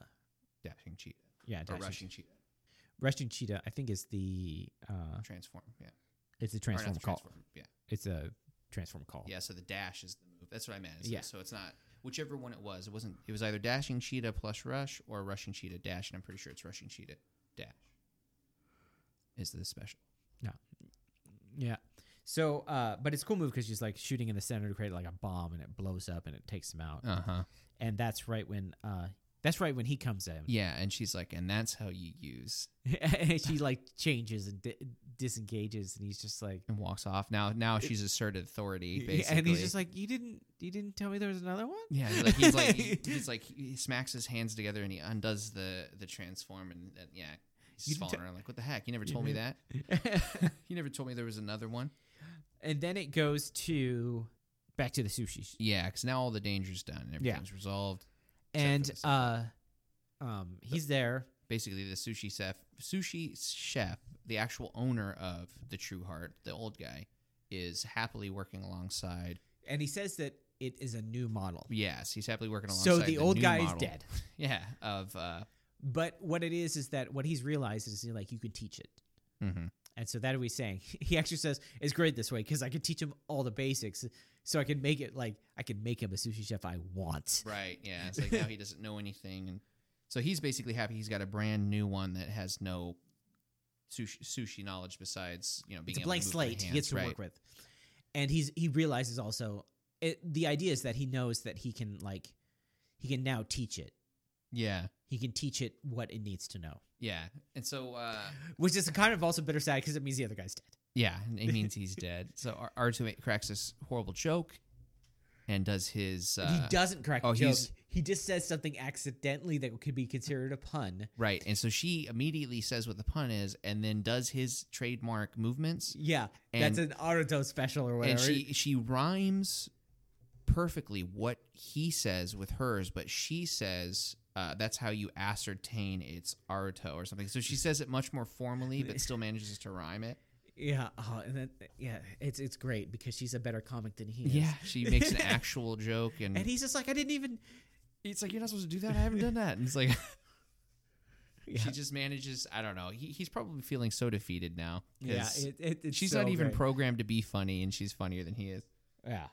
S2: dashing cheetah
S1: yeah
S2: or
S1: dashing-
S2: rushing cheetah
S1: rushing cheetah. I think is the
S2: Oh,
S1: uh,
S2: transform. Yeah, Or
S1: it's a
S2: not
S1: transform
S2: the
S1: call.
S2: transform, Yeah,
S1: It's a transform call.
S2: yeah. So the dash is the move. That's what I meant. Is
S1: Yeah.
S2: So it's not whichever one it was. It wasn't. It was either dashing cheetah plus rush or rushing cheetah dash, and I'm pretty sure it's rushing cheetah dash. Is the special?
S1: Yeah. So, uh, but it's a cool move because she's like shooting in the center to create like a bomb, and it blows up and it takes them out.
S2: Uh huh.
S1: and that's right when uh that's right when he comes in
S2: Yeah, and she's like, and that's how you use
S1: and she like changes and di- disengages and he's just like
S2: and walks off. Now now she's asserted authority
S1: Yeah,
S2: basically.
S1: and he's just like you didn't you didn't tell me there was another one
S2: yeah, like he's like he- he's like he smacks his hands together and he undoes the the transform and uh, yeah,
S1: You
S2: he's just
S1: didn't
S2: falling around like what the heck? You never told me that. You never told me there was another one.
S1: and then it goes to back to the sushi sh-
S2: Yeah, because now all the danger's done and
S1: Yeah.
S2: everything's resolved.
S1: and
S2: for
S1: uh um he's there
S2: Basically, the sushi chef, sushi chef, the actual owner of the True Heart, the old guy, is happily working alongside.
S1: and he says that it is a new model
S2: Yes, he's happily working alongside.
S1: so the old
S2: new
S1: guy
S2: model.
S1: is dead
S2: Yeah, of uh,
S1: but what it is is that what he's realized is like you can teach it
S2: mhm.
S1: And so that he's saying he actually says it's great this way because I can teach him all the basics, so I can make it like I can make him a sushi chef I want.
S2: Right. Yeah. It's like now he doesn't know anything, and so he's basically happy. He's got a brand new one that has no sushi, sushi knowledge besides you know being
S1: It's a
S2: able
S1: blank
S2: to move their
S1: slate he
S2: hands,
S1: gets to
S2: right.
S1: work with, and he's he realizes also it, the idea is that he knows that he can like he can now teach it.
S2: Yeah.
S1: He can teach it what it needs to know,
S2: Yeah. And so uh,
S1: which is kind of also bitter sad because it means the other guy's dead.
S2: yeah, and it means he's dead. So R two cracks this horrible joke and does his uh,
S1: he doesn't crack
S2: oh,
S1: a joke.
S2: he's-
S1: He just says something accidentally that could be considered a pun.
S2: right, and so she immediately says what the pun is, and then does his trademark movements,
S1: Yeah,
S2: And-
S1: that's an Naruto special or whatever.
S2: and she she rhymes perfectly what he says with hers, but she says. Uh, that's how you ascertain it's Aruto or something. So she says it much more formally, but still manages to rhyme it.
S1: yeah, oh, and then, yeah, it's it's great because she's a better comic than he is.
S2: Yeah, she makes an actual joke, and,
S1: and he's just like, I didn't even.
S2: it's like you're not supposed to do that. I haven't done that. And it's like
S1: Yeah,
S2: she just manages. I don't know. He, he's probably feeling so defeated now. 'cause
S1: yeah it, it, it's
S2: she's
S1: so
S2: not even
S1: great.
S2: programmed to be funny, and she's funnier than he is.
S1: Yeah,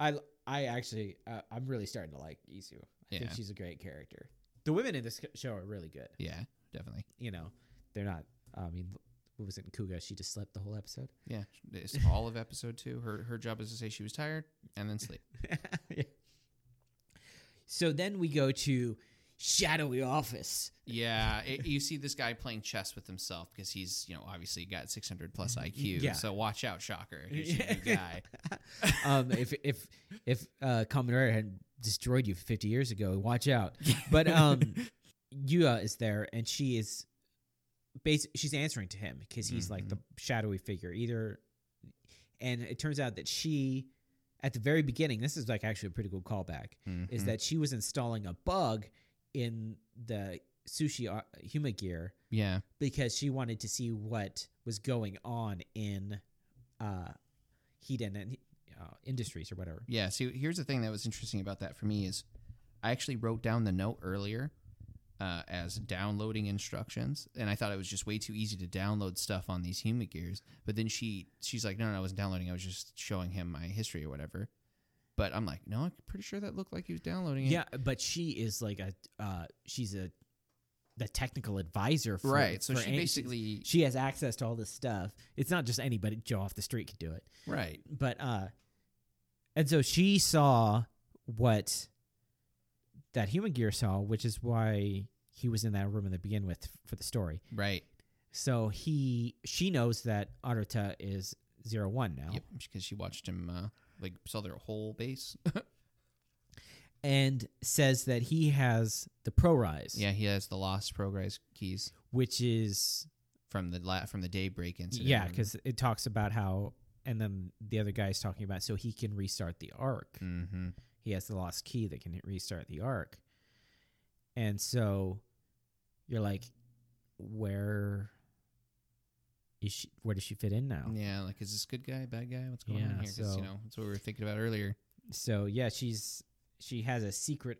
S1: I I actually uh, I'm really starting to like Isu. I think
S2: Yeah.
S1: she's a great character. The women in this show are really good.
S2: Yeah, definitely.
S1: You know, they're not. I mean, what was it in Kuga? She just slept the whole episode.
S2: Yeah, it's all of episode two. Her her job is to say she was tired and then sleep.
S1: Yeah. So then we go to shadowy office.
S2: Yeah, it, you see this guy playing chess with himself because he's you know obviously got 600 plus IQ.
S1: Yeah.
S2: So watch out, shocker. Here's your new guy.
S1: um, if if if uh, Kamen Rider had destroyed you 50 years ago, watch out. But um, Yua is there, and she is bas- she's answering to him because he's like the shadowy figure. Either, and it turns out that she, at the very beginning, this is like actually a pretty cool callback, is
S2: Mhm.
S1: that she was installing a bug in the sushi uh, Huma gear
S2: yeah?
S1: because she wanted to see what was going on in uh Hiden and uh, Industries or whatever.
S2: Yeah. See, here's the thing that was interesting about that for me is I actually wrote down the note earlier uh, as downloading instructions, and I thought it was just way too easy to download stuff on these human gears. But then she she's like, no, no, I wasn't downloading. I was just showing him my history or whatever. But I'm like, no, I'm pretty sure that looked like he was downloading it.
S1: Yeah, but she is like a uh she's a the technical advisor for
S2: Right. So
S1: for
S2: she
S1: an-
S2: basically
S1: she has access to all this stuff. It's not just anybody Joe off the street could do it.
S2: right.
S1: But uh and so she saw what that human gear saw, which is why he was in that room in the begin with for the story.
S2: Right.
S1: So he she knows that Aruta is zero one now.
S2: Yep. Because she watched him uh, like saw their whole base.
S1: And says that he has the pro rise.
S2: yeah, he has the lost progress keys
S1: Which is
S2: from the la- from the daybreak incident.
S1: yeah,
S2: remember?
S1: because it talks about how and then the other guy's talking about so he can restart the arc.
S2: Mhm.
S1: He has the lost key that can restart the arc. And so you're like, where is she where does she fit in now?
S2: Yeah, like is this good guy, bad guy? What's going on
S1: Yeah,
S2: here? 'Cause,
S1: so-
S2: you know that's what we were thinking about earlier.
S1: So yeah, she's she has a secret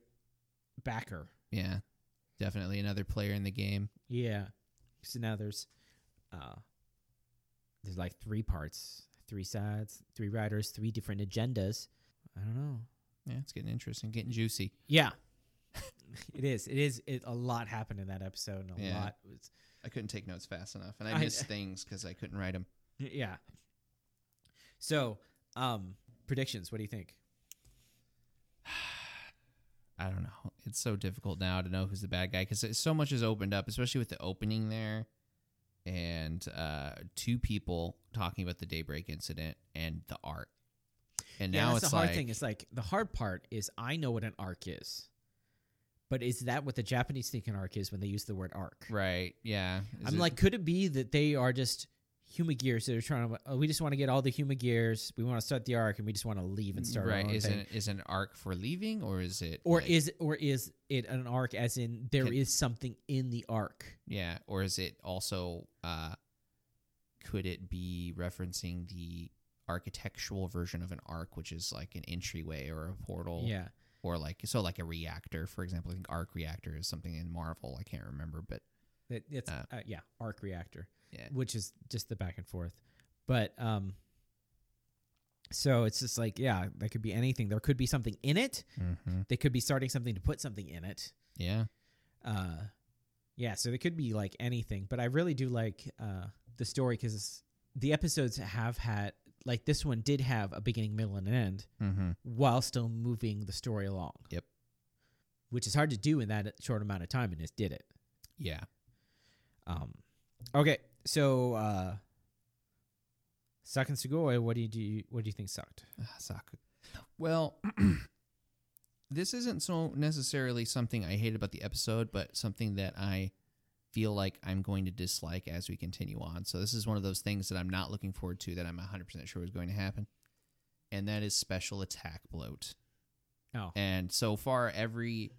S1: backer.
S2: Yeah, definitely another player in the game.
S1: Yeah. So now there's uh there's like three parts, three sides, three writers, three different agendas. I don't know.
S2: Yeah, it's getting interesting, getting juicy.
S1: Yeah. it is. It is it, a lot happened in that episode and a
S2: Yeah.
S1: lot was
S2: I couldn't take notes fast enough, and
S1: I-
S2: I missed things 'cause I couldn't write them.
S1: yeah. So, um predictions, what do you think?
S2: I don't know. It's so difficult now to know who's the bad guy because so much has opened up, especially with the opening there, and uh, two people talking about the daybreak incident and the art. And
S1: yeah,
S2: now
S1: that's
S2: it's
S1: the hard
S2: like
S1: thing. It's like the hard part is I know what an arc is. But is that what the Japanese think an arc is when they use the word arc?
S2: right, yeah. Is
S1: I'm
S2: it-
S1: like, could it be that they are just human gears that are trying to? Oh, we just want to get all the human gears. We want to start the arc, and we just want to leave and start. Our
S2: right.
S1: own
S2: Is
S1: thing.
S2: it is an arc for leaving, or is it
S1: or
S2: like-
S1: is or is it an arc? As in, there is
S2: Can-
S1: something in the arc.
S2: Yeah, or is it also uh could it be referencing the architectural version of an arc which is like an entryway or a portal
S1: Yeah,
S2: or like so like a reactor for example I think arc reactor is something in Marvel I can't remember but
S1: That- it's uh,
S2: Uh.
S1: yeah, arc reactor,
S2: Yeah.
S1: which is just the back and forth. But um, so it's just like yeah, that could be anything. There could be something in it. They could be starting something to put something in it.
S2: yeah
S1: uh yeah so they could be like anything but i really do like uh the story because the episodes have had like this one did have a beginning middle and an end
S2: mm-hmm.
S1: while still moving the story along
S2: Yep.
S1: which is hard to do in that short amount of time and it did it
S2: yeah
S1: um okay so uh sucking sugoi what do you do what do you think sucked
S2: Ah, Saku- Well, this isn't so necessarily something I hate about the episode, but something that I feel like I'm going to dislike as we continue on. So this is one of those things that I'm not looking forward to that I'm 100% sure is going to happen. And that is special attack bloat.
S1: Oh,
S2: And so far, every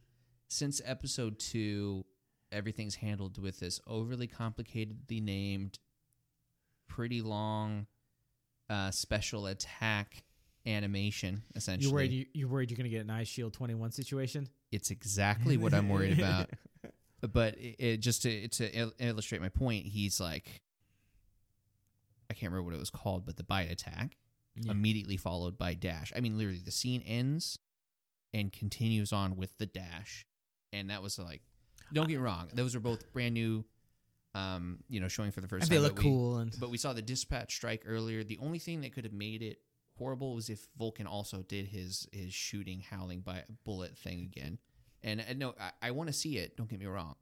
S2: since episode two, everything's handled with this overly complicatedly named, pretty long, uh, special attack animation. Essentially,
S1: you worried you, you worried you're gonna get an ice shield 21 situation?
S2: it's exactly what I'm worried about. But it, it just to to il- illustrate my point, he's like, I can't remember what it was called, but the bite attack
S1: Yeah.
S2: immediately followed by dash. I mean, literally, the scene ends and continues on with the dash, and that was like, don't get me wrong, those are both brand new, um, you know, showing for the first
S1: and they
S2: time.
S1: look
S2: but we-
S1: cool and
S2: but we saw the dispatch strike earlier. The only thing that could have made it horrible was if Vulcan also did his his shooting howling by bullet thing again. And, and no, I, I want to see it. Don't get me wrong,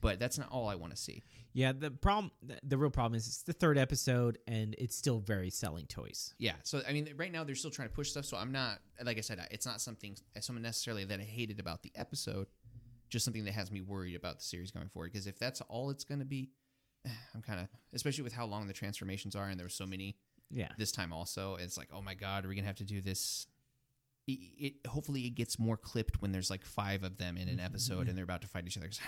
S2: but that's not all I want to see.
S1: yeah. The problem, th- the real problem is it's the third episode and it's still very selling toys.
S2: Yeah. So I mean, right now they're still trying to push stuff. So I'm not like I said, I- it's not something someone necessarily that I hated about the episode, just something that has me worried about the series going forward. Because if that's all it's going to be, I'm kind of especially with how long the transformations are, and there were so many
S1: Yeah,
S2: this time also it's like oh my god are we gonna have to do this it, it hopefully it gets more clipped when there's like five of them in
S1: Mm-hmm.
S2: an episode and they're about to fight each other 'Cause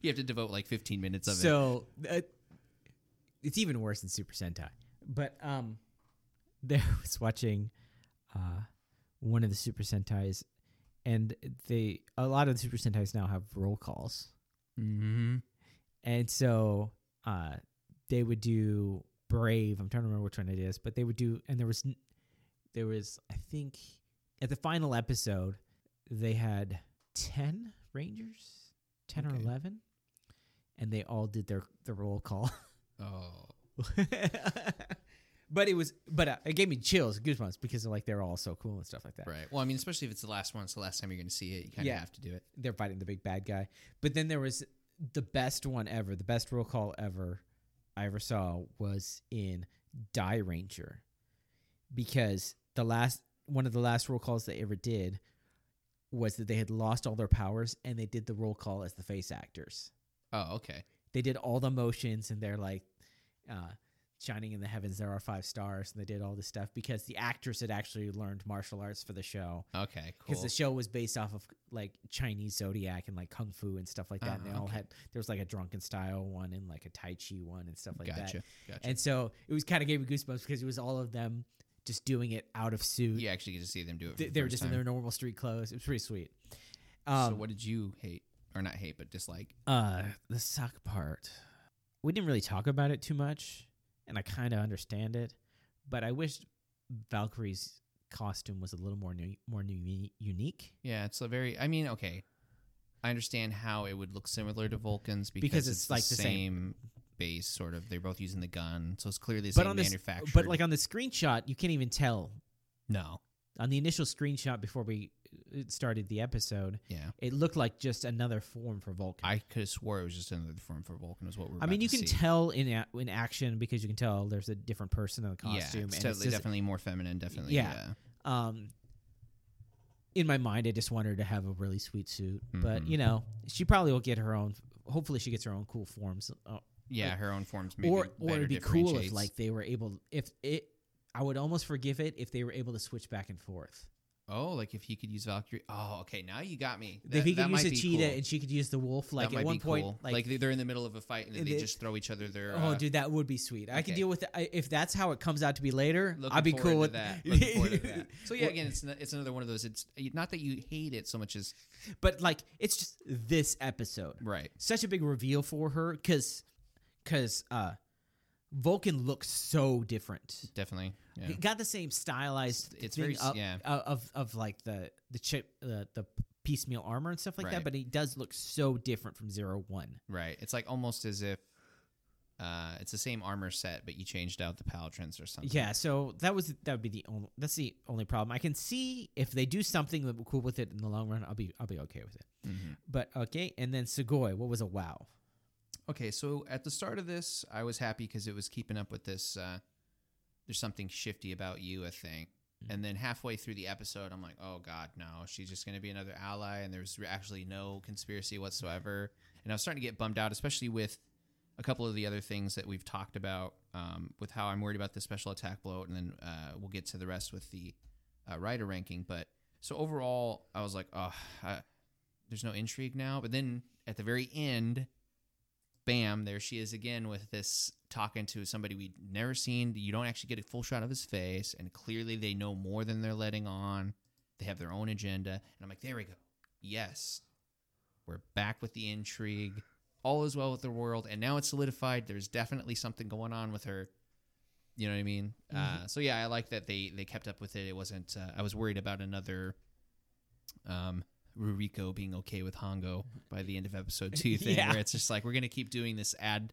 S2: you have to devote like 15 minutes of it
S1: so uh, it's even worse than Super Sentai. But um, there I was watching uh one of the Super Sentais, and they a lot of the Super Sentais now have roll calls.
S2: mm-hmm.
S1: And so uh, they would do Brave. I'm trying to remember which one it is, but they would do, and there was, n- there was, I think, at the final episode, they had ten Rangers, ten or
S2: Okay.
S1: eleven, and they all did their the roll call.
S2: oh
S1: but it was, but uh, it gave me chills, goosebumps, because like they're all so cool and stuff like that.
S2: right well i mean especially if it's the last one it's the last time you're gonna see it you kind of
S1: Yeah.
S2: have to do it
S1: they're fighting the big bad guy. But then there was the best one ever, the best roll call ever I ever saw was in Die Ranger because the last one of the last roll calls they ever did was that they had lost all their powers and they did the roll call as the face actors.
S2: oh okay
S1: They did all the motions and they're like uh shining in the heavens there are five stars and they did all this stuff because the actress had actually learned martial arts for the show
S2: okay cool
S1: because the show was based off of like Chinese zodiac and like kung fu and stuff like that. and
S2: Ah,
S1: they all
S2: okay.
S1: had there was like a drunken style one and like a tai chi one and stuff like
S2: gotcha
S1: that.
S2: gotcha
S1: And so it was kind of gave me goosebumps because it was all of them just doing it out of suit.
S2: you actually get to see them do it for
S1: they,
S2: the
S1: they were
S2: first
S1: just in
S2: time.
S1: their normal street clothes. It was pretty sweet. Um,
S2: so what did you hate or not hate but dislike
S1: Uh, the suck part. We didn't really talk about it too much, and I kind of understand it, but I wish Valkyrie's costume was a little more new, more new, unique.
S2: yeah it's a very i mean okay i understand how it would look similar to vulcans because,
S1: Because
S2: it's,
S1: it's like the
S2: the
S1: same-
S2: same, base sort of they're both using the gun so it's clearly the
S1: But
S2: same
S1: on this-
S2: manufacturer
S1: But like on the screenshot, you can't even tell
S2: no
S1: on the initial screenshot before we uh, started the episode,
S2: yeah
S1: it looked like just another form for Vulcan.
S2: i could have swore it was just another form for vulcan is what we're
S1: I mean,
S2: about
S1: you
S2: to
S1: can
S2: see.
S1: tell in a, in action because you can tell there's a different person in the
S2: yeah
S1: costume.
S2: it's
S1: and
S2: totally-
S1: it's just,
S2: definitely more feminine definitely yeah,
S1: Yeah. um, in my mind, I just want her to have a really sweet suit, but
S2: Mhm.
S1: you know, she probably will get her own. Hopefully, she gets her own cool forms, uh,
S2: yeah
S1: Like-
S2: her own forms maybe
S1: or or
S2: better
S1: it'd be cool if
S2: differentiates.
S1: like they were able if it. I would almost forgive it if they were able to switch back and forth.
S2: oh like if he could use valkyrie oh okay now you got me
S1: if
S2: That-
S1: he
S2: that
S1: could use
S2: might
S1: a
S2: be
S1: cheetah
S2: cool.
S1: and she could use the wolf, like
S2: that
S1: at
S2: might
S1: one
S2: be
S1: point,
S2: cool.
S1: like,
S2: they're in the middle of a fight and then
S1: and
S2: they
S1: it-
S2: just throw each other their
S1: oh,
S2: uh,
S1: dude, that would be sweet. I could
S2: okay.
S1: deal with I, if that's how it comes out to be later.
S2: Looking
S1: I'd be
S2: forward
S1: cool
S2: to
S1: with
S2: that. Looking forward to that. So yeah,
S1: Well-
S2: again, it's n- it's another one of those. It's not that you hate it so much as
S1: but like, it's just this episode,
S2: right.
S1: such a big reveal for her because because uh, Vulcan looks so different.
S2: Definitely, yeah.
S1: It got the same stylized.
S2: It's
S1: thing
S2: very s-
S1: up,
S2: yeah.
S1: uh, of of like the the chip the the piecemeal armor and stuff like that,
S2: Right.
S1: but he does look so different from zero one.
S2: right. It's like almost as if uh, it's the same armor set, but you changed out the paladins or something.
S1: Yeah, so that was that would be the only that's the only problem. I can see if they do something that cool with it in the long run, I'll be I'll be okay with it.
S2: Mhm.
S1: But okay, and then Segoy, what was a wow?
S2: Okay, so at the start of this, I was happy because it was keeping up with this. Uh, There's something shifty about you, a thing, And then halfway through the episode, I'm like, oh god, no, she's just going to be another ally, and there's re- actually no conspiracy whatsoever. And I was starting to get bummed out, especially with a couple of the other things that we've talked about, um, with how I'm worried about the special attack bloat, and then uh, we'll get to the rest with the uh, writer ranking. But so overall, I was like, oh, I, there's no intrigue now. But then at the very end, bam, there she is again with this talking to somebody we'd never seen. You don't actually get a full shot of his face, and clearly they know more than they're letting on. They have their own agenda, and I'm like, there we go. Yes, we're back with the intrigue. All is well with the world, and now it's solidified. There's definitely something going on with her. You know what I mean? Uh, so yeah, I like that they they kept up with it. It wasn't. Uh, I was worried about another. Um, Ruriko being okay with Hongo by the end of episode two thing,
S1: Yeah.
S2: where it's just like we're gonna keep doing this ad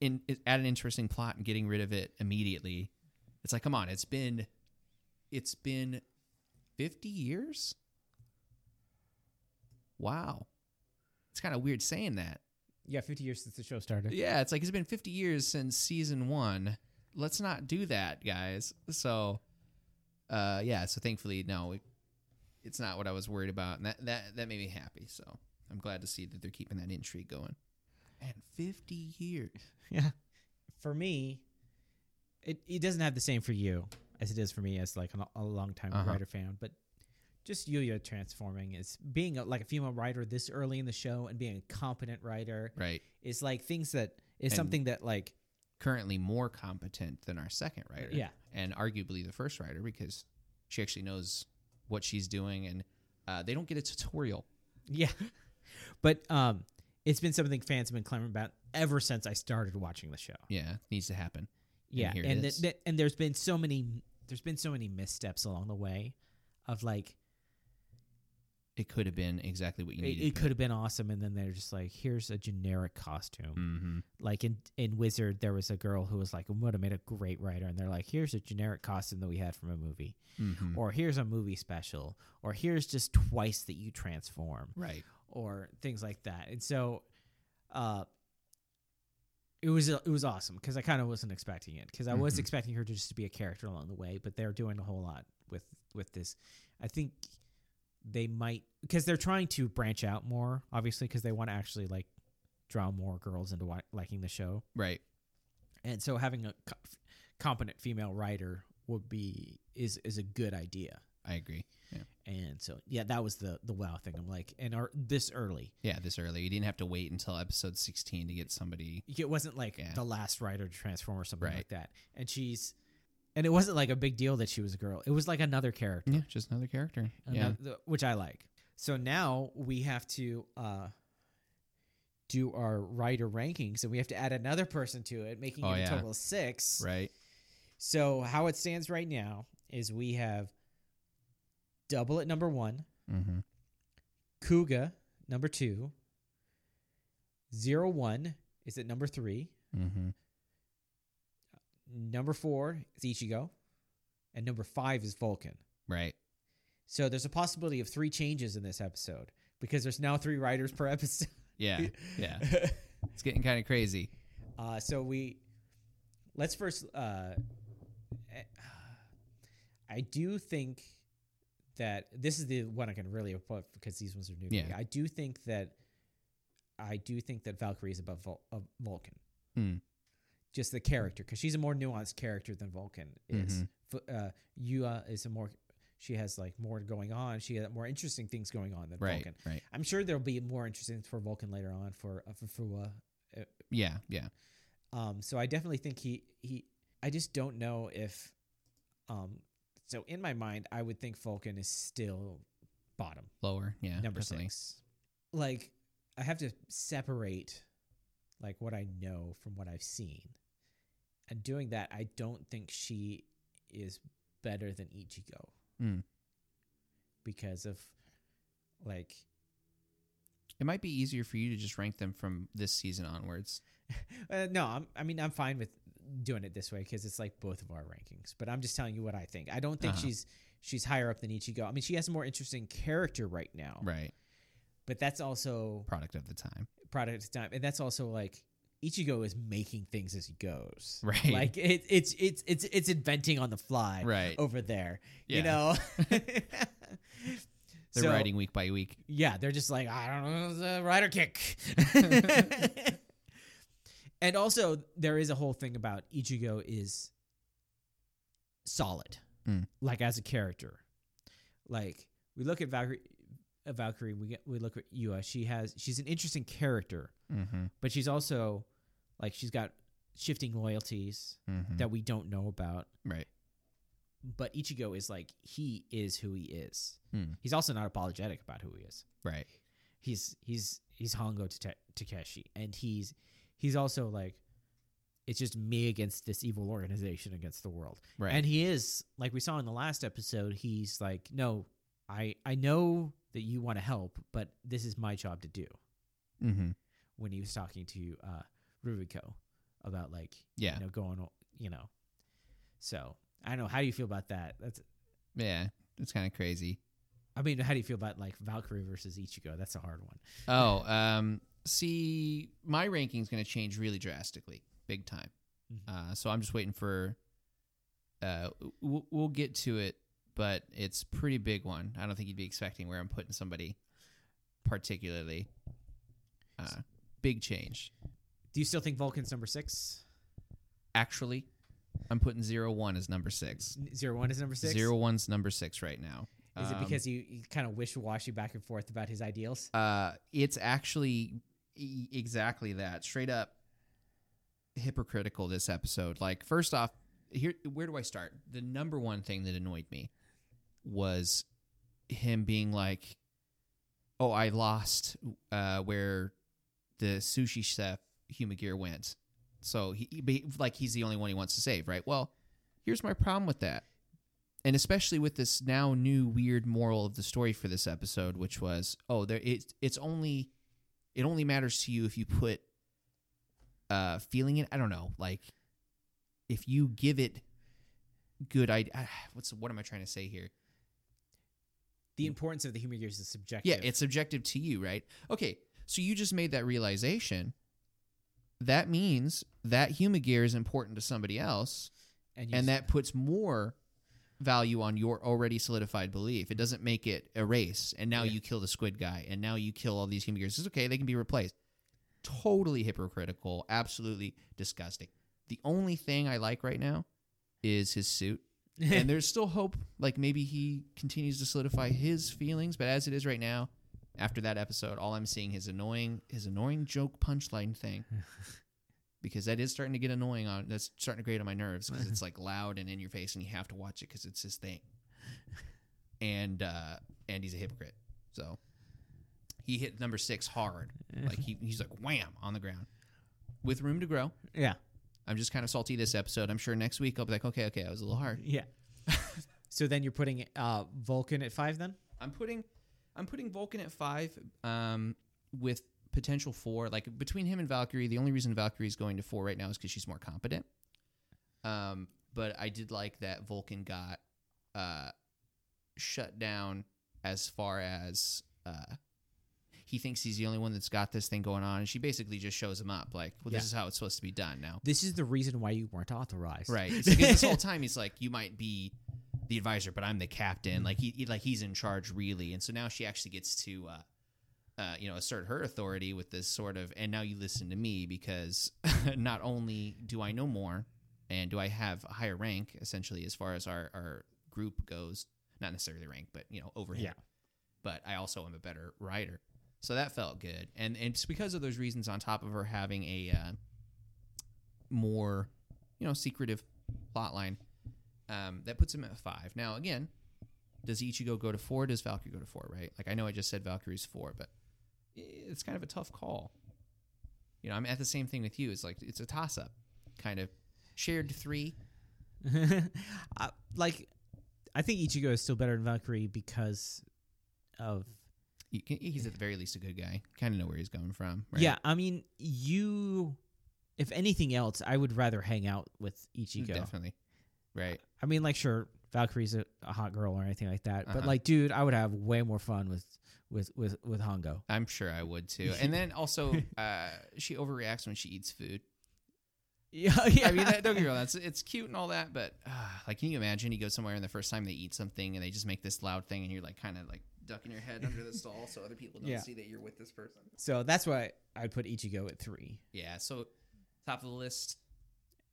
S2: in add an interesting plot and getting rid of it immediately. It's like, come on, it's been it's been fifty years. Wow, it's kind of weird saying that.
S1: Yeah, 50 years since the show started.
S2: Yeah, it's like it's been fifty years since season one. Let's not do that, guys. So, uh, yeah. So thankfully, no, it- it's not what I was worried about, and that that that made me happy. So I'm glad to see that they're keeping that intrigue going. And fifty years.
S1: Yeah. For me, it, it doesn't have the same for you as it is for me as like an, a long time
S2: Uh-huh.
S1: writer fan, but just Yuya transforming is being a, like a female writer this early in the show and being a competent writer
S2: Right.
S1: is like things that is
S2: And-
S1: something that like
S2: currently more competent than our second writer.
S1: Yeah.
S2: And arguably the first writer because she actually knows what she's doing and uh, they don't get a tutorial.
S1: yeah, but um, it's been something fans have been clamoring about ever since I started watching the show.
S2: Yeah. Needs to happen.
S1: Yeah,
S2: here it
S1: and
S2: is.
S1: th- th- and there's been so many there's been so many missteps along the way of like
S2: It could have been exactly what you
S1: it,
S2: needed.
S1: it could have been awesome and then they're just like here's a generic costume.
S2: Mm-hmm.
S1: Like in in Wizard there was a girl who was like would have made a great writer and they're like here's a generic costume that we had from a movie
S2: mm-hmm.
S1: or here's a movie special or here's just twice that you transform
S2: Right.
S1: or things like that. And so uh it was it was awesome because I kind of wasn't expecting it because I was
S2: Mhm.
S1: expecting her to just to be a character along the way, but they're doing a whole lot with with this. I think they might because they're trying to branch out more, obviously, because they want to actually like draw more girls into wi- liking the show,
S2: Right.
S1: and so having a co- competent female writer would be is is a good idea.
S2: I agree.
S1: And so yeah, that was the the wow thing. I'm like, and are this early?
S2: Yeah. This early. You didn't have to wait until episode 16 to get somebody.
S1: it wasn't like
S2: Yeah.
S1: the last writer to transform or something
S2: Right.
S1: like that. And she's, and it wasn't like a big deal that she was a girl. It was like another character,
S2: Yeah. Just another character. Yeah.
S1: another- which I like. So now we have to uh, do our writer rankings, and we have to add another person to it, making
S2: Oh,
S1: it
S2: yeah.
S1: a total of six.
S2: Right.
S1: So how it stands right now is we have double at number one,
S2: Mm-hmm.
S1: Kuga number two, zero one is at number three.
S2: Mm-hmm.
S1: Number four is Ichigo, and number five is Vulcan.
S2: Right.
S1: So there's a possibility of three changes in this episode because there's now three writers per episode.
S2: Yeah. Yeah. it's getting kind of crazy.
S1: uh, so we let's first. Uh, eh, I do think that this is the one I can really put because these ones are new. to me.
S2: Yeah.
S1: I do think that I do think that Valkyrie is above Vul- uh, Vulcan.
S2: Hmm.
S1: just the character because she's a more nuanced character than Vulcan is.
S2: Mhm.
S1: F Uh, Yua is a more she has like more going on. She has more interesting things going on than
S2: Right.
S1: Vulcan.
S2: Right.
S1: I'm sure there'll be more interesting things for Vulcan later on for uh, for Fua.
S2: Yeah. Yeah.
S1: Um, so I definitely think he he. I just don't know if. Um, so in my mind, I would think Vulcan is still bottom
S2: Lower. Yeah.
S1: number
S2: definitely.
S1: six. Like I have to separate like what I know from what I've seen. And doing that, I don't think she is better than Ichigo.
S2: Mm.
S1: Because of like
S2: It might be easier for you to just rank them from this season onwards.
S1: uh, no, I'm, I mean I'm fine with doing it this way because it's like both of our rankings. But I'm just telling you what I think. I don't think
S2: Uh-huh.
S1: she's she's higher up than Ichigo. I mean, she has a more interesting character right now.
S2: Right.
S1: But that's also
S2: Product of the time.
S1: product of time. And that's also like Ichigo is making things as he goes.
S2: Right.
S1: Like it, it's it's it's it's inventing on the fly
S2: Right.
S1: over there.
S2: Yeah.
S1: You know.
S2: They're
S1: So,
S2: writing week by week.
S1: Yeah, they're just like I don't know, the rider kick. and also, there is a whole thing about Ichigo is solid,
S2: Mm.
S1: like as a character. Like we look at Valkyrie, uh, Valkyrie, we get, we look at Yua. She has she's an interesting character,
S2: Mm-hmm.
S1: but she's also like she's got shifting loyalties
S2: Mm-hmm.
S1: that we don't know about.
S2: right.
S1: But Ichigo is like he is who he is.
S2: Mm.
S1: He's also not apologetic about who he is.
S2: Right.
S1: He's he's he's Hongo Tate- Takeshi, and he's he's also like it's just me against this evil organization against the world.
S2: Right.
S1: And he is like we saw in the last episode. He's like, no, I I know that you want to help, but this is my job to do.
S2: mm-hmm.
S1: When he was talking to uh, Rubiko about like
S2: Yeah.
S1: you know going you know, so I don't know how do you feel about that? That's
S2: Yeah. It's kind of crazy.
S1: I mean, how do you feel about like Valkyrie versus Ichigo? That's a hard one.
S2: Oh, um, see, my ranking's going to change really drastically, big time.
S1: Mm-hmm.
S2: Uh, so I'm just waiting for. Uh, we'll, we'll get to it, but it's pretty big one. I don't think you'd be expecting where I'm putting somebody, particularly. Uh, big change.
S1: Do you still think Vulcan's number six?
S2: Actually, I'm putting zero one as number six.
S1: N- Zero one is number six.
S2: Zero one's number six right now.
S1: Is it
S2: Um,
S1: because you, you kind of wish washy back and forth about his ideals?
S2: Uh, it's actually e- exactly that. Straight up hypocritical this episode. Like first off, here where do I start? The number one thing that annoyed me was him being like, "Oh, I lost uh where the sushi chef Humagear went." So he- he be- like he's the only one he wants to save, right? Well, here's my problem with that. And especially with this now new weird moral of the story for this episode, which was, oh, there it, it's only it only matters to you if you put uh feeling it. I don't know, like if you give it good I what's what am I trying to say here?
S1: The importance of the human years is subjective.
S2: Mm. Yeah, it's subjective to you, right? Okay, so you just made that realization. That means that human gear is important to somebody else,
S1: and, you just-
S2: and that puts more value on your already solidified belief. It doesn't make it erase. And now
S1: Yeah.
S2: you kill the squid guy, and now you kill all these human gears. It's okay; they can be replaced. Totally hypocritical. Absolutely disgusting. The only thing I like right now is his suit and there's still hope. Like maybe he continues to solidify his feelings, but as it is right now, after that episode, all I'm seeing is annoying his annoying joke punchline thing. Because that is starting to get annoying on that's starting to grate on my nerves because it's like loud and in your face and you have to watch it because it's his thing. And uh and he's a hypocrite. So he hit number six hard. Like he, he's like wham on the ground. With room to grow.
S1: yeah,
S2: I'm just kind of salty this episode. I'm sure next week I'll be like, okay, okay, I was a little hard.
S1: yeah. so then you're putting uh, Vulcan at five, then?
S2: I'm putting I'm putting Vulcan at five, um, with potential four. Like between him and Valkyrie, the only reason Valkyrie's going to four right now is because she's more competent. Um, but I did like that Vulcan got uh shut down as far as uh he thinks he's the only one that's got this thing going on, and she basically just shows him up, like, well,
S1: Yeah.
S2: this is how it's supposed to be done now.
S1: This is the reason why you weren't authorized.
S2: Right. It's because this whole time he's like, you might be the advisor, but I'm the captain. Like he, he- like he's in charge really. And so now she actually gets to, uh, uh, you know, assert her authority with this sort of, and now you listen to me because not only do I know more and do I have a higher rank essentially as far as our, our group goes, not necessarily rank, but you know, over him.
S1: Yeah.
S2: But I also am a better writer. So that felt good. And, and it's because of those reasons on top of her having a, uh, more, you know, secretive plot line. Um, that puts him at five. Now, again, does Ichigo go to four? Does Valkyrie go to four? Right? Like I know I just said Valkyrie's four, but i- it's kind of a tough call. You know, I'm at the same thing with you. It's like it's a toss up, kind of shared three.
S1: I, Uh, like, I think Ichigo is still better than Valkyrie because of
S2: You can, he's at the very least a good guy. Kind of know where he's coming from. Right?
S1: Yeah, I mean, you. If anything else, I would rather hang out with Ichigo.
S2: definitely. Right.
S1: I mean, like, sure, Valkyrie's a, a hot girl or anything like that. But
S2: Uh-huh.
S1: like, dude, I would have way more fun with with with with Hongo.
S2: I'm sure I would too. And then also, uh, she overreacts when she eats food.
S1: Yeah, yeah.
S2: I mean, that, don't get me wrong, that's it's cute and all that, but uh, like, can you imagine you go somewhere and the first time they eat something and they just make this loud thing and you're like kind of like ducking your head under the stall so other people don't
S1: Yeah.
S2: see that you're with this person.
S1: so that's why I'd put Ichigo at three.
S2: Yeah. So top of the list,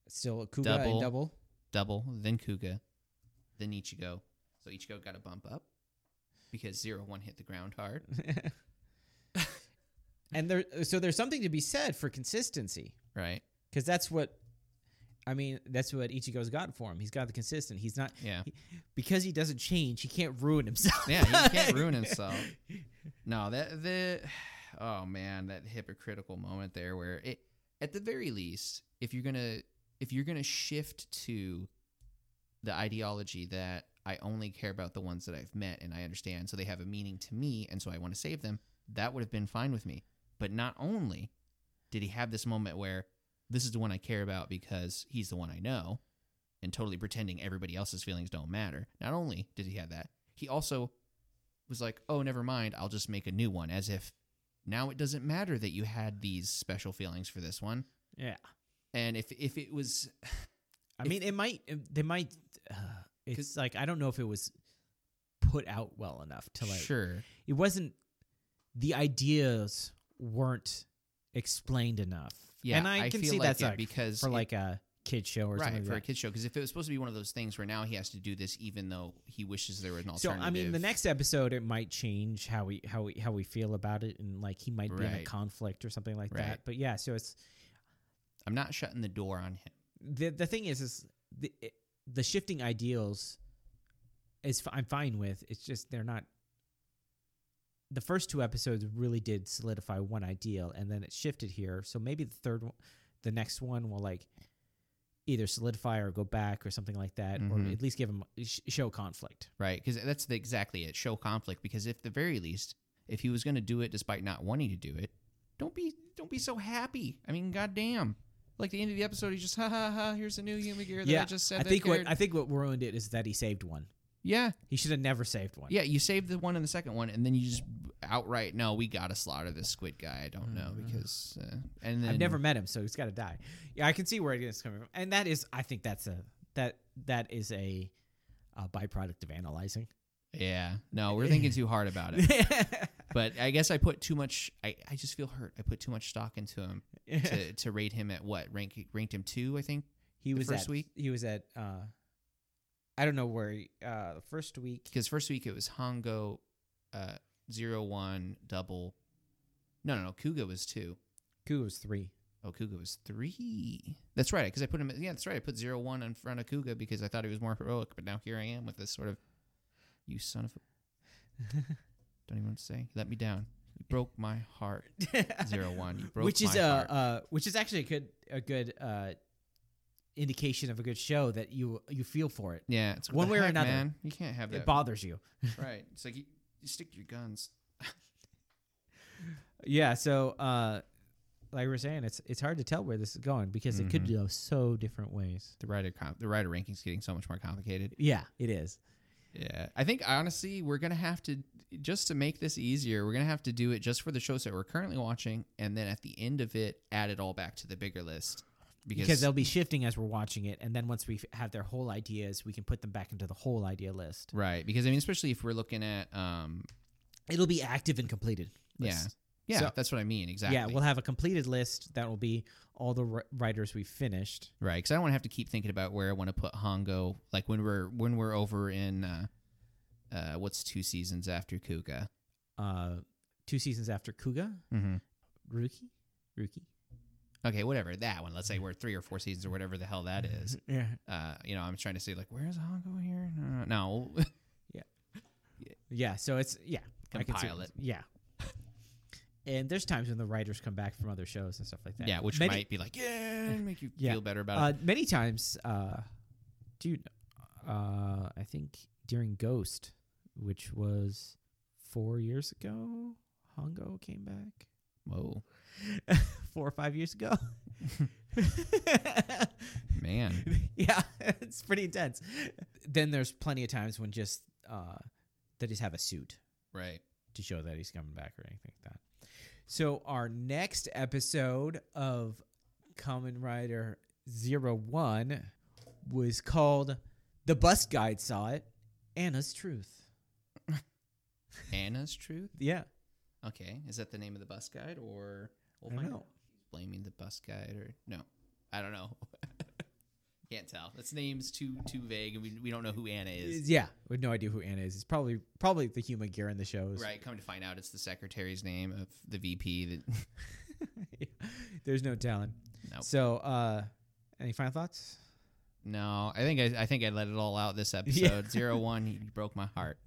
S1: Still Kuba and
S2: Double.
S1: double.
S2: double, then Kuga, then Ichigo. So Ichigo got a bump up because zero one hit the ground hard.
S1: and there, so there's something to be said for consistency.
S2: Right.
S1: because that's what I mean. That's what Ichigo's got for him. He's got the consistent. He's not
S2: Yeah.
S1: because he doesn't change. He can't ruin himself.
S2: Yeah. He can't ruin himself. No, that the oh man, that hypocritical moment there where it at the very least, if you're gonna if you're gonna shift to the ideology that I only care about the ones that I've met and I understand, so they have a meaning to me, and so I want to save them, that would have been fine with me. But not only did he have this moment where this is the one I care about because he's the one I know, and totally pretending everybody else's feelings don't matter. Not only did he have that, he also was like, oh, never mind, I'll just make a new one, as if now it doesn't matter that you had these special feelings for this one.
S1: Yeah.
S2: And if if it was
S1: I
S2: If-
S1: mean, it might. They might. Uh, it's like I don't know if it was put out well enough to like.
S2: sure,
S1: It wasn't. The ideas weren't explained enough.
S2: yeah,
S1: and I, can
S2: feel
S1: see
S2: like
S1: that's
S2: it
S1: like
S2: because
S1: for
S2: it-
S1: like a kid show or
S2: right
S1: something.
S2: for a
S1: like that.
S2: kids show because if it was supposed to be one of those things where now he has to do this even though he wishes there was an
S1: So
S2: alternative.
S1: I mean, the next episode it might change how we how we how we feel about it, and like he might be in a
S2: Right.
S1: conflict or something like that.
S2: Right.
S1: But yeah, so it's
S2: I'm not shutting the door on him.
S1: the the thing is is the it, the shifting ideals is f- I'm fine with. It's just they're not. The first two episodes really did solidify one ideal, and then it shifted here. So maybe the third one, the next one will like either solidify or go back or something like that, or
S2: Mhm.
S1: at least give him sh- show conflict.
S2: right? Because that's the, exactly it. Show conflict. Because if the very least, if he was going to do it despite not wanting to do it, don't be don't be so happy. I mean, goddamn! Like the end of the episode, he's just ha ha ha. Here's a new human gear that I just said.
S1: I
S2: that
S1: think what
S2: cared."
S1: I think what ruined it is that he saved one.
S2: yeah,
S1: He should have never saved one.
S2: yeah. You save the one and the second one, and then you just outright no, we gotta slaughter this squid guy. I don't know
S1: Mhm.
S2: because uh, and then
S1: I've never met him, so he's got to die. Yeah, I can see where it is coming from, and that is, I think that's a that that is a, uh byproduct of analyzing.
S2: yeah. No, we're thinking too hard about it. But I guess I put too much. I, I just feel hurt. I put too much stock into him to, to rate him at what rank ranked him two. I think
S1: he
S2: the
S1: was
S2: first
S1: at
S2: week?
S1: he was at uh, I don't know where he- uh the first week.
S2: because first week it was Hongo, uh, zero one double. No, no, no. Kuga was two.
S1: Ku was three.
S2: Oh, Kuga was three. That's right. Because I put him. Yeah, that's right. I put zero one in front of Kuga because I thought he was more heroic. But now here I am with this sort of, you son of. a... Don't even want to say. You let me down. You broke my heart. Zero one. You broke
S1: which is
S2: my
S1: uh,
S2: heart.
S1: uh which is actually a good a good uh indication of a good show that you you feel for it.
S2: yeah, it's
S1: one
S2: what the
S1: way or
S2: heck,
S1: another.
S2: Man. You can't have
S1: It
S2: that.
S1: bothers you.
S2: right. It's like you, you stick to your guns.
S1: Yeah, so uh like we were saying, it's it's hard to tell where this is going because it could
S2: Mhm.
S1: go so different ways.
S2: The writer, com- the writer rankings getting so much more complicated.
S1: Yeah, it is.
S2: Yeah, I think honestly, we're gonna have to just to make this easier. We're gonna have to do it just for the shows that we're currently watching, and then at the end of it, add it all back to the bigger list
S1: Because,
S2: because,
S1: they'll be shifting as we're watching it, and then once we f- have their whole ideas, we can put them back into the whole idea list.
S2: right. Because I mean, especially if we're looking at um,
S1: It'll be active and completed.
S2: Yeah,
S1: lists.
S2: yeah,
S1: So-
S2: that's what I mean exactly.
S1: Yeah, we'll have a completed list that will be all the wri- writers we finished.
S2: right. Because I don't want to have to keep thinking about where I want to put Hongo. Like when we're when we're over in uh, uh what's two seasons after Kuga.
S1: Uh, two seasons after Kuga,
S2: Mm-hmm.
S1: Ruki, Ruki.
S2: Okay, whatever that one. Let's say we're three or four seasons or whatever the hell that
S1: Mm-hmm.
S2: is.
S1: Yeah,
S2: uh, you know, I'm trying to say like, where is Hongo here? No, no, no.
S1: yeah. So it's yeah, I can see-
S2: Compile it.
S1: Yeah. And there's times when the writers come back from other shows and stuff like that.
S2: yeah, which
S1: Many-
S2: might be like, yeah, and make you
S1: Yeah.
S2: feel better about
S1: uh, many times, uh, dude. Uh, I think during Ghost, which was four years ago, Hongo came back.
S2: it. Whoa,
S1: four or five years ago.
S2: Man.
S1: yeah, it's pretty intense. Then there's plenty of times when just uh, they just have a suit
S2: Right.
S1: to show that he's coming back or anything like that. So our next episode of Common Rider Zero One was called "The Bus Guide Saw It." Anna's truth.
S2: Anna's truth.
S1: Yeah,
S2: Okay. Is that the name of the bus guide or oh we'll
S1: I don't
S2: find
S1: know.
S2: out. blaming the bus guide or no? I don't know. Can't tell. This name's too too vague, and we, we don't know who Anna is.
S1: Yeah, we have no idea who Anna is. It's probably probably the human gear in the shows.
S2: Right. Come to find out, it's the secretary's name of the VP. That
S1: There's no telling.
S2: Nope.
S1: So, uh, any final thoughts?
S2: no, I think I, I think I let it all out this episode. Zero one, you broke my heart.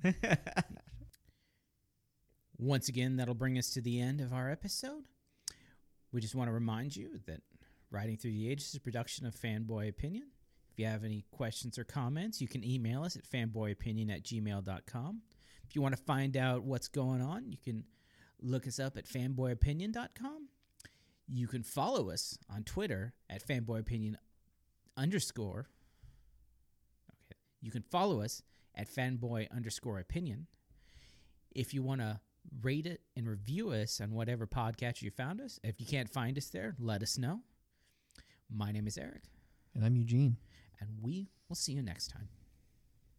S1: Once again, that'll bring us to the end of our episode. We just want to remind you that Riding Through the Ages is a production of Fanboy Opinion. If you have any questions or comments, you can email us at fanboyopinion at gmail.com. If you want to find out what's going on, you can look us up at fanboyopinion.com. You can follow us on Twitter at fanboyopinion underscore. Okay. You can follow us at fanboy underscore opinion if you want to rate it and review us on whatever podcast you found us, if you can't find us there, let us know. My name is Eric,
S2: And I'm Eugene.
S1: and we will see you next time.